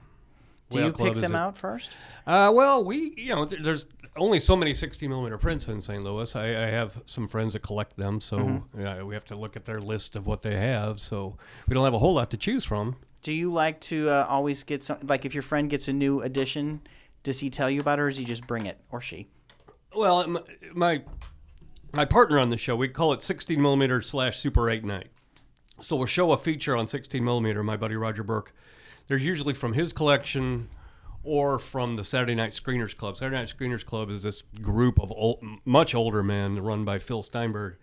Speaker 2: Do
Speaker 3: Way Out
Speaker 2: you
Speaker 3: Club
Speaker 2: pick
Speaker 3: is
Speaker 2: them
Speaker 3: a-
Speaker 2: out first?
Speaker 3: Uh, well, we, you know, th- there's only so many 60 millimeter prints in St. Louis. I, I have some friends that collect them, so
Speaker 2: Mm-hmm.
Speaker 3: uh, we have to look at their list of what they have. So we don't have a whole lot to choose from.
Speaker 2: Do you like to uh, always get some? Like, if your friend gets a new edition, does he tell you about it, or does he just bring it, or she?
Speaker 3: Well, m- my my partner on the show, we call it 16 millimeter slash Super 8 night. So we'll show a feature on 16 millimeter. My buddy Roger Burke. There's usually from his collection or from the Saturday Night Screeners Club. Saturday Night Screeners Club is this group of old, much older men run by Phil Steinberg.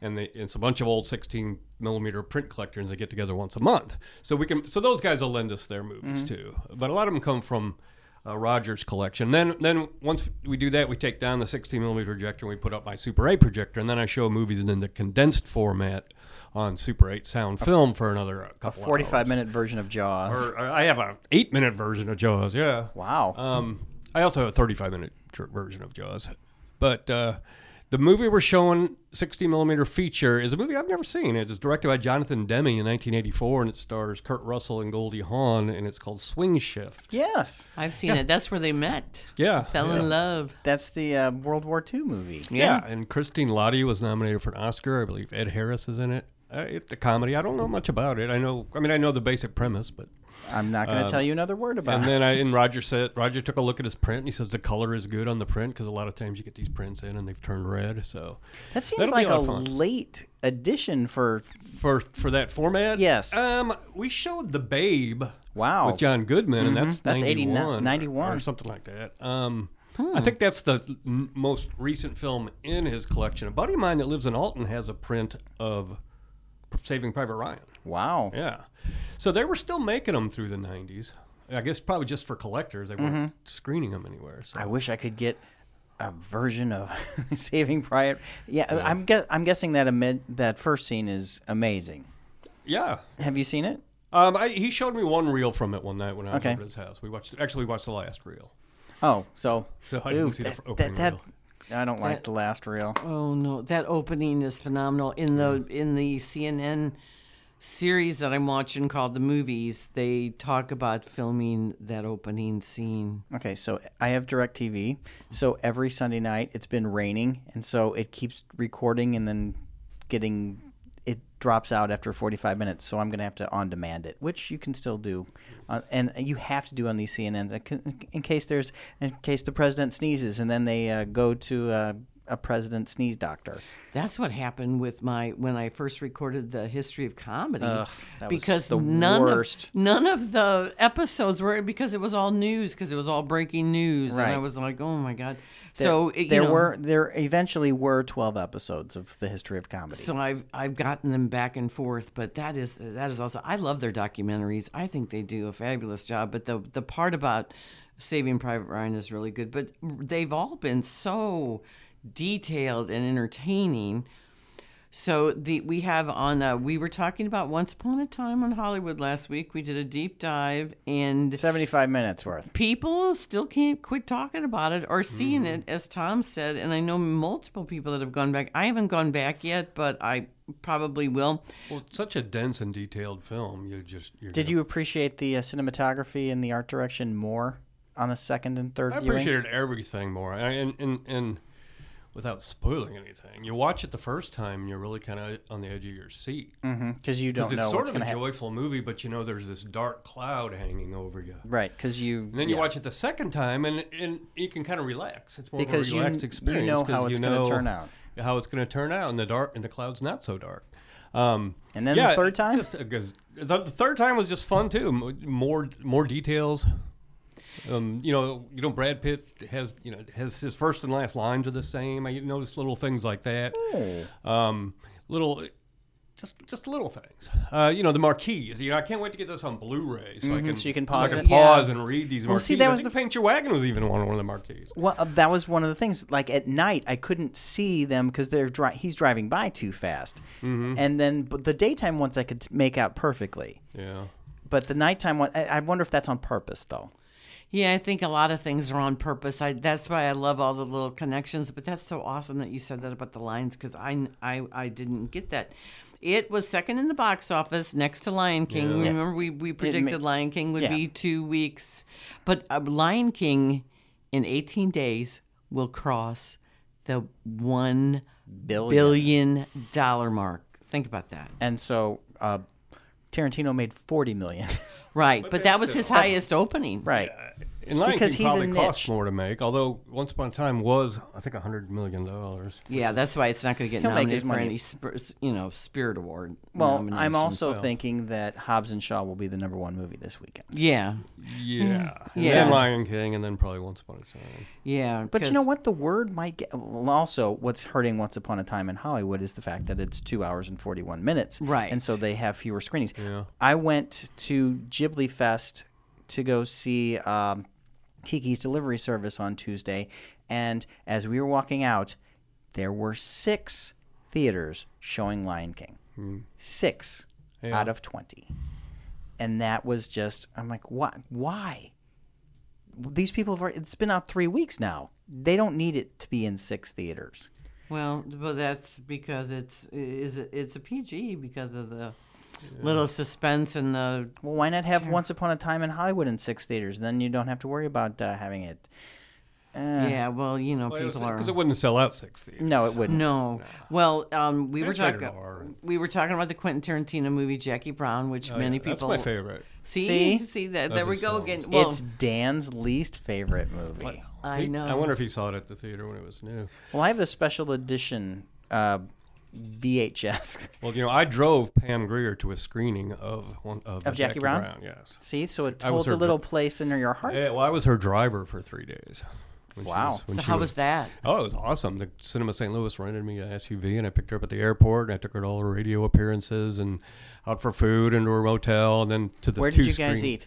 Speaker 3: And they, it's a bunch of old 16 millimeter print collectors. They get together once a month, so we can. So those guys will lend us their movies too. But a lot of them come from uh, Rogers collection. Then, then once we do that, we take down the 16 millimeter projector and we put up my Super 8 projector, and then I show movies in the condensed format on Super 8 sound film for another uh, couple.
Speaker 2: Forty-five minute version of Jaws.
Speaker 3: Hours. Or, or I have a eight minute version of Jaws. Yeah.
Speaker 2: wow.
Speaker 3: Um, I also have a 35 minute tr- version of Jaws, but uh, the movie we're showing, 60 millimeter feature, is a movie I've never seen. It is directed by Jonathan Demme in 1984, and it stars Kurt Russell and Goldie Hawn, and it's called Swing Shift.
Speaker 2: yes,
Speaker 1: I've seen it. That's where they met.
Speaker 3: Yeah.
Speaker 1: Fell in love.
Speaker 2: that's the uh, World War II movie.
Speaker 3: Yeah, and Christine Lottie was nominated for an Oscar. I believe Ed Harris is in it. Uh, it's a comedy. I don't know much about it. I know. I mean, I know the basic premise, but
Speaker 2: I'm not going to tell you another word about
Speaker 3: Uh, and
Speaker 2: it.
Speaker 3: then I and Roger said Roger took a look at his print and he says the color is good on the print because a lot of times you get these prints in and they've turned red. So
Speaker 2: That seems
Speaker 3: that'll be
Speaker 2: like
Speaker 3: a
Speaker 2: a
Speaker 3: lot of fun.
Speaker 2: late addition for.
Speaker 3: for for that format,
Speaker 2: Yes.
Speaker 3: Um, we showed the Babe.
Speaker 2: Wow. Mm-hmm.
Speaker 3: with John Goodman, and that's
Speaker 2: That's Hmm. 89
Speaker 3: 91,
Speaker 2: 91.
Speaker 3: or something like that. Um, I think that's the n- most recent film in his collection. A buddy of mine that lives in Alton has a print of Saving Private Ryan.
Speaker 2: Wow.
Speaker 3: Yeah, so they were still making them through the '90s. I guess probably just for collectors. They weren't
Speaker 2: Mm-hmm.
Speaker 3: screening them anywhere. So
Speaker 2: I wish I could get a version of Saving Private. Yeah, I'm gu- I'm guessing that amid that first scene is amazing.
Speaker 3: yeah.
Speaker 2: Have you seen it?
Speaker 3: Um, I, he showed me one reel from it one night when I was
Speaker 2: Okay.
Speaker 3: over at his house. We watched actually we watched the last reel.
Speaker 2: Oh, so
Speaker 3: So I didn't see the fr- opening
Speaker 2: I don't like the last reel.
Speaker 1: Oh no, that opening is phenomenal. In the in the CNN series that I'm watching called The Movies, they talk about filming that opening scene.
Speaker 2: Okay, so I have DirecTV. So every Sunday night it's been raining, and so it keeps recording and then getting it drops out after 45 minutes. So I'm going to have to on demand it, which you can still do, uh, and you have to do on these CNNs uh, c- in case there's in case the president sneezes, and then they uh, go to uh, a president sneeze doctor.
Speaker 1: That's what happened with my when I first recorded the history of comedy
Speaker 2: that was
Speaker 1: because
Speaker 2: the
Speaker 1: none
Speaker 2: worst.
Speaker 1: of none of the episodes were because it was all news because it was all breaking news and I
Speaker 2: Right.
Speaker 1: was like, oh my god. so it, you
Speaker 2: There
Speaker 1: know,
Speaker 2: were there eventually were 12 episodes of the history of comedy.
Speaker 1: So I've I've gotten them back and forth, but that is that is also I love their documentaries. I think they do a fabulous job. But the the part about Saving Private Ryan is really good. But they've all been so detailed and entertaining. So the we have on uh, we were talking about Once Upon a Time on Hollywood last week. We did a deep dive and
Speaker 2: 75 minutes worth.
Speaker 1: people still can't quit talking about it or seeing it as tom said and i know multiple people that have gone back i haven't gone back yet but i probably will
Speaker 3: Well, it's such a dense and detailed film. You just you're
Speaker 2: Did you appreciate the uh, cinematography and the art direction more on a second and third
Speaker 3: I
Speaker 2: viewing?
Speaker 3: appreciated everything more, I- and and and without spoiling anything, you watch it the first time, you're really kind of on the edge of your seat.
Speaker 2: Because you don't
Speaker 3: It's
Speaker 2: know
Speaker 3: sort
Speaker 2: Mm. Oh, what's
Speaker 3: of a
Speaker 2: going to happen.
Speaker 3: joyful movie, but you know there's this dark cloud hanging over you. And
Speaker 2: Right, because you.
Speaker 3: then you
Speaker 2: yeah.
Speaker 3: watch it the second time, and and you can kind of relax. It's more
Speaker 2: Because
Speaker 3: of
Speaker 2: you-
Speaker 3: a relaxed
Speaker 2: you
Speaker 3: experience
Speaker 2: know
Speaker 3: 'cause
Speaker 2: how it's
Speaker 3: you
Speaker 2: gonna
Speaker 3: know
Speaker 2: turn out.
Speaker 3: How it's going to turn out, and the dark and the cloud's not so dark. Um,
Speaker 2: And then the
Speaker 3: yeah,
Speaker 2: third time?
Speaker 3: just because the, the third time was just fun too. M- More more details. Um, you know, you know, Brad Pitt has you know has his first
Speaker 2: Oh.
Speaker 3: and last lines are the same. I noticed little things like that. Um, little just just little things. Uh, you know, the marquees. You know, I can't wait to get this on Blu-ray so I can
Speaker 2: Mm-hmm, so you can pause
Speaker 3: I can
Speaker 2: it.
Speaker 3: pause and read these marquees.
Speaker 2: see, that
Speaker 3: I
Speaker 2: was
Speaker 3: think
Speaker 2: the-
Speaker 3: Paint Your Wagon was even on one of the marquees.
Speaker 2: Well, uh, that was one of the things. Like at night, I couldn't see them because they're dri- he's driving by too fast.
Speaker 3: Mm-hmm.
Speaker 2: And then but the daytime ones I could make out perfectly,
Speaker 3: Yeah.
Speaker 2: but the nighttime one, I, I wonder if that's on purpose though.
Speaker 1: Yeah, I think a lot of things are on purpose. I that's why I love all the little connections. But that's so awesome that you said that about the lines because I, I I didn't get that. It was second in the box office next to Lion King. Remember, we we predicted Lion King would
Speaker 2: yeah.
Speaker 1: be two weeks, but uh, Lion King in 18 days will cross the one
Speaker 2: Billion.
Speaker 1: billion dollar mark. Think about that.
Speaker 2: And so uh, Tarantino made forty million,
Speaker 1: Right, but, that was his highest opening.
Speaker 2: right?
Speaker 3: And Lion
Speaker 2: Because
Speaker 3: King
Speaker 2: he's a
Speaker 3: probably costs
Speaker 2: niche.
Speaker 3: more to make, although Once Upon a Time was, I think, $100 million.
Speaker 1: Yeah, that's why it's not going to get
Speaker 2: He'll make
Speaker 1: nominated
Speaker 2: his
Speaker 1: for
Speaker 2: money.
Speaker 1: any, sp- you know, Spirit Award.
Speaker 2: Well, I'm
Speaker 1: nominations.
Speaker 2: also thinking that Hobbs and Shaw will be the number one movie this weekend.
Speaker 1: Yeah,
Speaker 3: Yeah. And
Speaker 1: Yeah.
Speaker 3: then Lion King, and then probably Once Upon a Time.
Speaker 1: yeah.
Speaker 2: But
Speaker 1: 'cause-
Speaker 2: you know what? The word might get. Well, also, what's hurting Once Upon a Time in Hollywood is the fact that it's two hours and 41 minutes.
Speaker 1: Right.
Speaker 2: And so they have fewer screenings. I went to Ghibli Fest to go see um, Kiki's Delivery Service on Tuesday. And as we were walking out, there were six theaters showing Lion King. Six out of 20. And that was just, I'm like, why? Why? these people have already, it's been out three weeks now they don't need it to be in six theaters
Speaker 1: Well, but that's because it's is it's a PG because of the little suspense and the
Speaker 2: well why not have once upon a time in hollywood in six theaters then you don't have to worry about uh, having it Uh. Eh,
Speaker 1: yeah. Well, you know,
Speaker 3: Because
Speaker 1: people are
Speaker 3: it wouldn't sell out 60.
Speaker 2: no it wouldn't
Speaker 1: no. Well, um, we were
Speaker 3: It's rated
Speaker 1: talking
Speaker 3: R.
Speaker 1: we were talking about the Quentin Tarantino movie Jackie Brown, which many
Speaker 3: Oh, That's
Speaker 1: people
Speaker 3: my favorite.
Speaker 1: see
Speaker 2: See?
Speaker 1: see, that there we
Speaker 3: his
Speaker 1: go
Speaker 3: films.
Speaker 1: again. Well,
Speaker 2: it's dan's least favorite movie
Speaker 1: I
Speaker 3: He-
Speaker 1: know.
Speaker 3: I wonder if he saw it at the theater when it was new.
Speaker 2: well i have the special edition uh, vhs
Speaker 3: Well, you know, I drove Pam Greer to a screening of one of,
Speaker 2: Jackie Brown?
Speaker 3: Yes.
Speaker 2: see so it
Speaker 3: I was
Speaker 2: holds a
Speaker 3: her
Speaker 2: little place in your heart
Speaker 3: Yeah, well, I was her driver for three days. when she
Speaker 2: Wow.
Speaker 3: when
Speaker 1: so
Speaker 3: she
Speaker 1: how was that?
Speaker 3: Oh, it was awesome. The Cinema St. Louis rented me an SUV, and I picked her up at the airport, and I took her to all her radio appearances, and out for food, and to her motel, and then to the
Speaker 2: where
Speaker 3: two
Speaker 2: did you guys
Speaker 3: screen-
Speaker 2: eat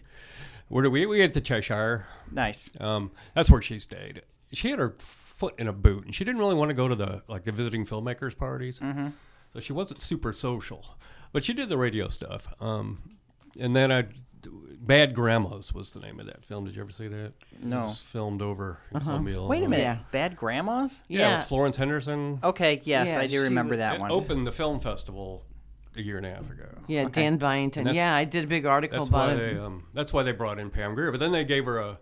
Speaker 3: Where did we? We ate at the Cheshire.
Speaker 2: nice
Speaker 3: Um, that's where she stayed. She had her foot in a boot, and she didn't really want to go to the like the visiting filmmakers parties.
Speaker 2: Mm-hmm.
Speaker 3: So she wasn't super social, but she did the radio stuff. Um, and then I, Bad Grandmas was the name of that film. Did you ever see that?
Speaker 2: No.
Speaker 3: It was filmed over in Columbia.
Speaker 2: Uh-huh. wait a
Speaker 3: Illinois.
Speaker 2: minute
Speaker 1: Yeah.
Speaker 2: bad grandmas
Speaker 3: Yeah, with Florence Henderson.
Speaker 2: okay yes
Speaker 1: Yeah,
Speaker 2: i do
Speaker 1: she
Speaker 2: remember
Speaker 1: was-
Speaker 2: Oh, that
Speaker 3: It
Speaker 2: one
Speaker 3: opened the film festival a year and a half ago.
Speaker 1: Yeah, Dan Byington.
Speaker 3: that's-
Speaker 1: Yeah, I did a big article
Speaker 3: That's
Speaker 1: about
Speaker 3: why
Speaker 1: it.
Speaker 3: they um, that's why they brought in Pam Grier, but then they gave her a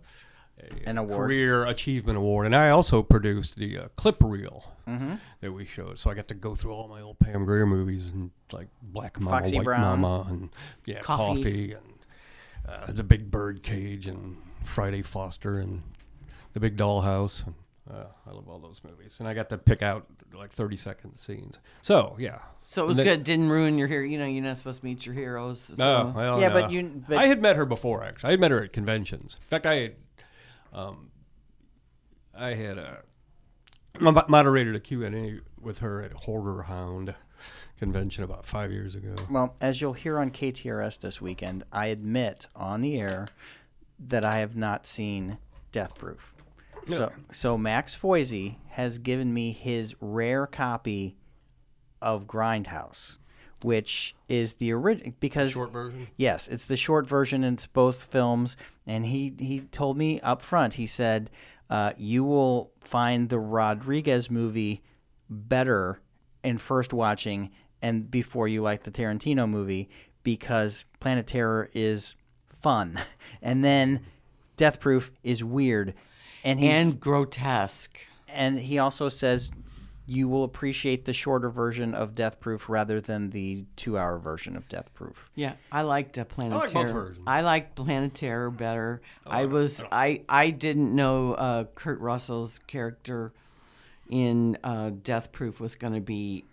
Speaker 2: an award
Speaker 3: career achievement award, and I also produced the uh, clip reel
Speaker 2: Mm-hmm.
Speaker 3: that we showed. So I got to go through all my old Pam Grier movies and like Black Mama,
Speaker 2: Foxy
Speaker 3: White
Speaker 2: Brown.
Speaker 3: Mama, and yeah,
Speaker 1: Coffee.
Speaker 3: Coffee, and uh, the Big Bird Cage, and Friday Foster, and the Big Dollhouse. And, uh, I love all those movies, and I got to pick out like thirty second scenes. So yeah,
Speaker 1: So it was
Speaker 3: They-
Speaker 1: good. Didn't ruin your hero. You know, you're not supposed to meet your heroes. So.
Speaker 3: No, Oh, well,
Speaker 2: Yeah,
Speaker 3: no.
Speaker 2: but you- but-
Speaker 3: I had met her before. Actually, I had met her at conventions. In fact, I had, um, I had uh, mo- moderated a Q and A with her at Horror Hound convention about five years ago.
Speaker 2: Well, as you'll hear on KTRS this weekend, I admit on the air that I have not seen Death Proof. So, so Max Foisey has given me his rare copy of Grindhouse, which is the original because
Speaker 3: Short version.
Speaker 2: Yes, it's the short version. and It's both films, and he he told me up front. He said, uh, "You will find the Rodriguez movie better in first watching, and before you like the Tarantino movie, because Planet Terror is fun, and then Death Proof is weird." And he's,
Speaker 1: and grotesque.
Speaker 2: and he also says you will appreciate the shorter version of Death Proof rather than the two-hour version of Death Proof.
Speaker 1: Yeah, I liked uh, Planet
Speaker 3: I like both
Speaker 1: Terror.
Speaker 3: versions.
Speaker 1: I liked Planet Terror better. I was I I didn't know uh, Kurt Russell's character in uh, Death Proof was going to be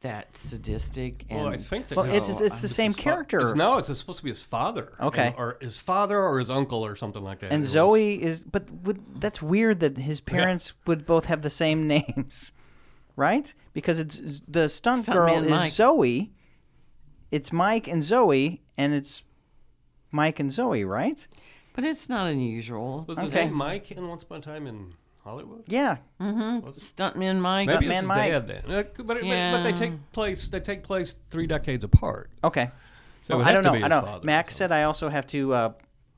Speaker 1: that sadistic. And
Speaker 3: Well, I think that
Speaker 2: Well,
Speaker 3: now-
Speaker 2: it's it's the same
Speaker 3: his fa-
Speaker 2: character.
Speaker 3: it's- no, it's supposed to be his father.
Speaker 2: Okay.
Speaker 3: and- or his father or his uncle or something like that.
Speaker 2: And Zoe is, but would, that's weird that his parents would both have the same names, right? Because it's the stunt
Speaker 1: Stuntman
Speaker 2: girl is
Speaker 1: Mike.
Speaker 2: Zoe, it's Mike and Zoe, and it's Mike and Zoe, right?
Speaker 1: But it's not unusual.
Speaker 3: Was his
Speaker 2: Okay.
Speaker 3: name Mike in Once Upon a Time in Hollywood?
Speaker 2: Yeah.
Speaker 1: Mm-hmm. Stuntman Mike.
Speaker 3: Maybe
Speaker 2: Man
Speaker 3: it's his
Speaker 2: Mike.
Speaker 3: dad then. Uh, But, it- but, but
Speaker 1: Yeah.
Speaker 3: they take place they take place three decades apart.
Speaker 2: Okay.
Speaker 3: So it
Speaker 2: Well,
Speaker 3: would
Speaker 2: I
Speaker 3: have
Speaker 2: don't
Speaker 3: to
Speaker 2: know.
Speaker 3: be
Speaker 2: I
Speaker 3: his
Speaker 2: know.
Speaker 3: father or
Speaker 2: Max said I also have to uh,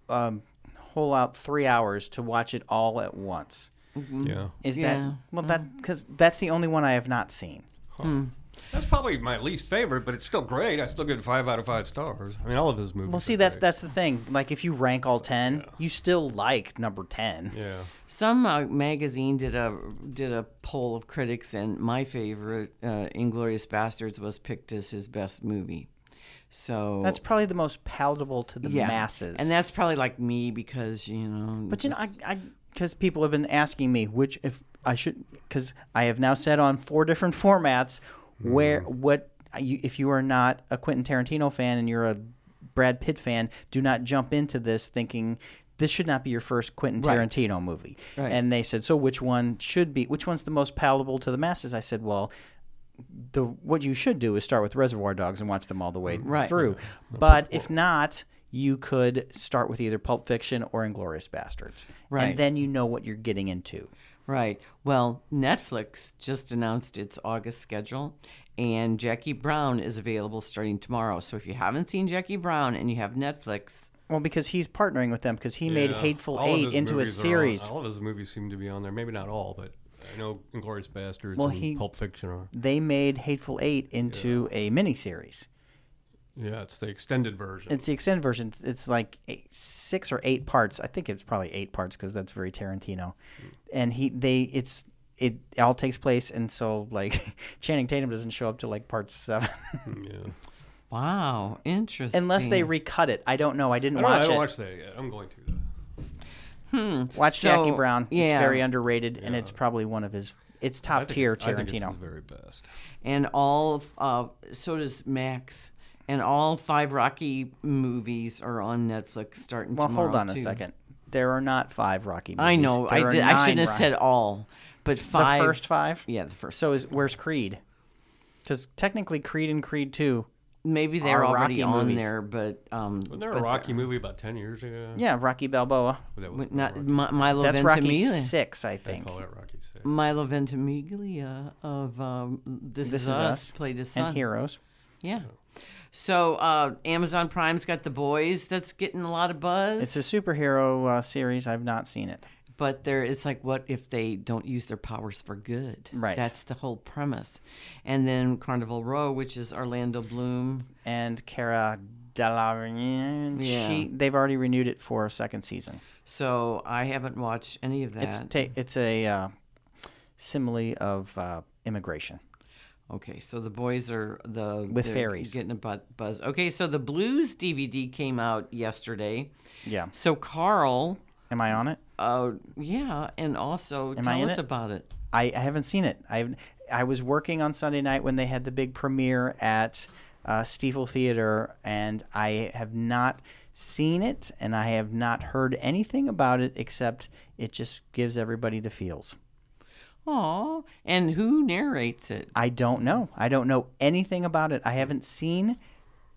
Speaker 2: um, hole out three hours to watch it all at once.
Speaker 3: something. Yeah.
Speaker 2: Is
Speaker 1: Yeah. Mm-hmm.
Speaker 2: that well? That because that's the only one I have not seen.
Speaker 3: That's probably my least favorite, but it's still great. I still give it five out of five stars. I mean, all of his movies.
Speaker 2: Well, see,
Speaker 3: are
Speaker 2: that's
Speaker 3: great.
Speaker 2: that's the thing. Like, if you rank all ten, you still like number ten.
Speaker 3: Yeah.
Speaker 1: Some uh, magazine did a did a poll of critics, and my favorite, uh, *Inglorious Bastards*, was picked as his best movie. So
Speaker 2: That's probably the most palatable to the masses.
Speaker 1: and that's probably like me because you know.
Speaker 2: But you know, I, I, because people have been asking me which if I should, because I have now said on four different formats where
Speaker 1: Mm.
Speaker 2: what uh, you, if you are not a Quentin Tarantino fan and you're a Brad Pitt fan, do not jump into this thinking this should not be your first Quentin
Speaker 1: Right.
Speaker 2: Tarantino movie.
Speaker 1: Right.
Speaker 2: And they said, so which one should be? Which one's the most palatable to the masses? I said, well. The, what you should do is start with Reservoir Dogs and watch them all the way
Speaker 1: Right.
Speaker 2: through. But if not, you could start with either Pulp Fiction or Inglorious Bastards.
Speaker 1: Right.
Speaker 2: And then you know what you're getting into.
Speaker 1: Right. Well, Netflix just announced its August schedule, and Jackie Brown is available starting tomorrow. So if you haven't seen Jackie Brown and you have Netflix,
Speaker 2: Well, because he's partnering with them because he made
Speaker 3: Yeah.
Speaker 2: Hateful
Speaker 3: All of
Speaker 2: Eight
Speaker 3: his
Speaker 2: into a
Speaker 3: movies are on-
Speaker 2: series.
Speaker 3: all of his movies seem to be on there. Maybe not all, but I know Inglorious Bastards
Speaker 2: Well,
Speaker 3: and
Speaker 2: he-
Speaker 3: Pulp Fiction are.
Speaker 2: They made Hateful Eight into a miniseries.
Speaker 3: Yeah, it's the extended version.
Speaker 2: It's the extended version. It's- It's like eight, six or eight parts. I think it's probably eight parts because that's very Tarantino. And he they it's it all takes place and so like Channing Tatum doesn't show up to like part seven
Speaker 3: yeah.
Speaker 1: wow, interesting.
Speaker 2: unless they recut it. I don't know. I didn't
Speaker 3: I don't, know, I
Speaker 2: watch
Speaker 3: haven't
Speaker 2: it.
Speaker 3: watched that yet. I'm going to. uh, Though.
Speaker 2: Watch Jackie
Speaker 1: So,
Speaker 2: Brown. It's
Speaker 1: yeah.
Speaker 2: very underrated, and it's probably one of his. It's top tier
Speaker 3: I think it's his
Speaker 2: Tarantino.
Speaker 3: very best.
Speaker 1: and all of, uh, so does Max, and all five Rocky movies are on Netflix starting
Speaker 2: Well,
Speaker 1: tomorrow.
Speaker 2: hold on a
Speaker 1: too.
Speaker 2: second. There are not five Rocky movies.
Speaker 1: I know.
Speaker 2: There
Speaker 1: I
Speaker 2: are
Speaker 1: did. I
Speaker 2: nine
Speaker 1: shouldn't have
Speaker 2: Rocky-
Speaker 1: said all, but five.
Speaker 2: the first five.
Speaker 1: Yeah, the first.
Speaker 2: So is where's Creed? Because technically Creed and Creed Two.
Speaker 1: Maybe they're
Speaker 2: Are
Speaker 1: already
Speaker 2: Rocky
Speaker 1: on
Speaker 2: movies.
Speaker 1: there, but um,
Speaker 3: Wasn't there a Rocky movie about 10 years ago?
Speaker 2: uh, Yeah, Rocky Balboa.
Speaker 3: That was
Speaker 1: but not Mi- Milo
Speaker 2: That's Rocky
Speaker 1: Ventimiglia.
Speaker 2: Six, I think.
Speaker 3: Call that Rocky 6.
Speaker 1: Milo Ventimiglia of um, this,
Speaker 2: This
Speaker 1: is, us, played his son.
Speaker 2: and Heroes.
Speaker 1: Yeah. So uh, Amazon Prime's got The Boys that's getting a lot of buzz,
Speaker 2: It's a superhero uh, series. I've not seen it.
Speaker 1: but there it's like what if they don't use their powers for good?
Speaker 2: Right.
Speaker 1: That's the whole premise. And then Carnival Row, which is Orlando Bloom.
Speaker 2: And Cara Delevingne.
Speaker 1: Yeah.
Speaker 2: She. They've already renewed it for a second season.
Speaker 1: So I haven't watched any of that.
Speaker 2: It's ta- it's a uh, simile of uh, immigration.
Speaker 1: Okay, so the boys are the
Speaker 2: With
Speaker 1: they're
Speaker 2: fairies.
Speaker 1: getting a bu- buzz. Okay, so the Blues DVD came out yesterday.
Speaker 2: Yeah.
Speaker 1: So Carl,
Speaker 2: Am I on it?
Speaker 1: uh, yeah, and also
Speaker 2: I
Speaker 1: tell
Speaker 2: in
Speaker 1: us
Speaker 2: it?
Speaker 1: about it.
Speaker 2: I, I haven't seen it. I haven't- I was working on Sunday night when they had the big premiere at uh, Stiefel Theater, and I have not seen it, and I have not heard anything about it except it just gives everybody the feels.
Speaker 1: Aw, and who narrates it?
Speaker 2: I don't know. I don't know anything about it. I haven't seen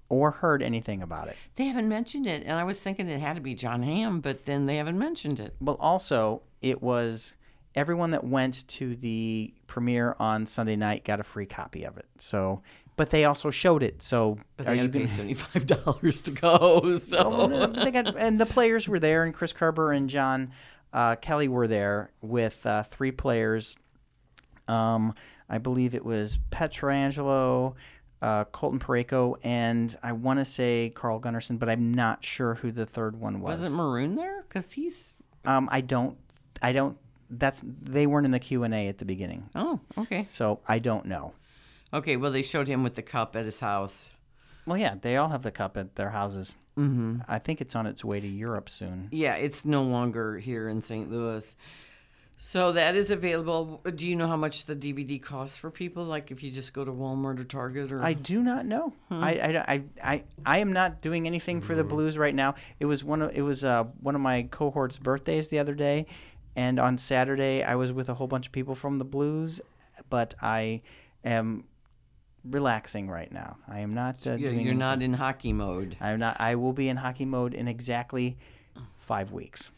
Speaker 2: or heard anything about it.
Speaker 1: They haven't mentioned it, and I was thinking it had to be John Hamm, but then they haven't mentioned it.
Speaker 2: Well, also, it was everyone that went to the premiere on Sunday night got a free copy of it. So, but they also showed it. So,
Speaker 1: But
Speaker 2: are
Speaker 1: they
Speaker 2: you
Speaker 1: had to pay
Speaker 2: going
Speaker 1: seventy five dollars to go. So
Speaker 2: they got, and the players were there, and Chris Carber and John uh, Kelly were there with uh, three players. Um, I believe it was Petrangelo, uh, Colton Pareko, and I want to say Carl Gunnarsson, but I'm not sure who the third one was.
Speaker 1: wasn't Maroon there? Because he's
Speaker 2: Um, I don't, I don't. That's they weren't in the Q and A at the beginning,
Speaker 1: oh okay
Speaker 2: so I don't know.
Speaker 1: okay. Well, they showed him with the cup at his house.
Speaker 2: Well, yeah, they all have the cup at their houses. Mm-hmm. I think it's on its way to Europe soon.
Speaker 1: Yeah, it's no longer here in St. Louis. So that is available. Do you know how much the DVD costs for people? Like if you just go to Walmart or Target or
Speaker 2: I
Speaker 3: Mm-hmm.
Speaker 2: do not know.
Speaker 3: Hmm.
Speaker 2: I, I, I, I, I am not doing anything for the
Speaker 3: Mm-hmm.
Speaker 2: blues right now. It was one of it was uh, one of my cohort's birthdays the other day, and on Saturday I was with a whole bunch of people from the blues, but I am relaxing right now. I am not uh,
Speaker 1: You're,
Speaker 2: doing.
Speaker 1: you're not in hockey mode.
Speaker 2: I'm not. I will be in hockey mode in exactly five weeks.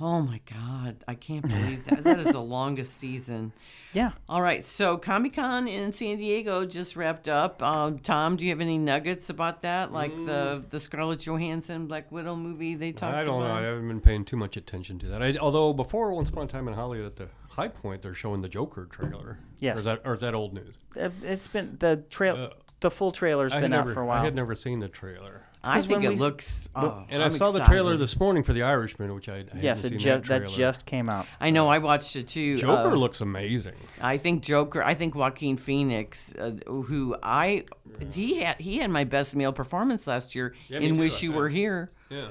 Speaker 1: Oh my God, I can't believe that. that is the longest season.
Speaker 2: Yeah.
Speaker 1: All right, so Comic Con in San Diego just wrapped up. Um, Tom, do you have any nuggets about that? Like the the Scarlett Johansson Black Widow movie they talked
Speaker 3: Mm. I don't know.
Speaker 1: about?
Speaker 3: I haven't been paying too much attention to that. I, although before, once upon a time in Hollywood at the High Point, they're showing the Joker trailer. Or
Speaker 2: Yes.
Speaker 3: is that, or is that old news?
Speaker 2: Uh, It's been the trail. the full trailer's
Speaker 3: Uh, I had
Speaker 2: been out
Speaker 3: never-
Speaker 2: for a
Speaker 3: I
Speaker 2: while.
Speaker 3: had never seen the trailer.
Speaker 1: I
Speaker 2: 'Cause
Speaker 1: think
Speaker 2: when
Speaker 1: it
Speaker 2: we s-
Speaker 1: looks. Oh,
Speaker 3: And i
Speaker 1: I'm
Speaker 3: saw the
Speaker 1: excited.
Speaker 3: trailer this morning for The Irishman, which I, I
Speaker 2: Yes, it
Speaker 3: hadn't seen
Speaker 2: ju-
Speaker 3: that,
Speaker 2: that
Speaker 3: trailer.
Speaker 2: just came out.
Speaker 1: I know. I watched it too.
Speaker 3: Joker
Speaker 1: Uh,
Speaker 3: looks amazing.
Speaker 1: I think Joker. I think Joaquin Phoenix, uh, who I he had he had my best male performance last year
Speaker 3: Yeah, me
Speaker 1: in
Speaker 3: too,
Speaker 1: Wish
Speaker 3: I
Speaker 1: You
Speaker 3: think.
Speaker 1: Were Here,
Speaker 3: Yeah.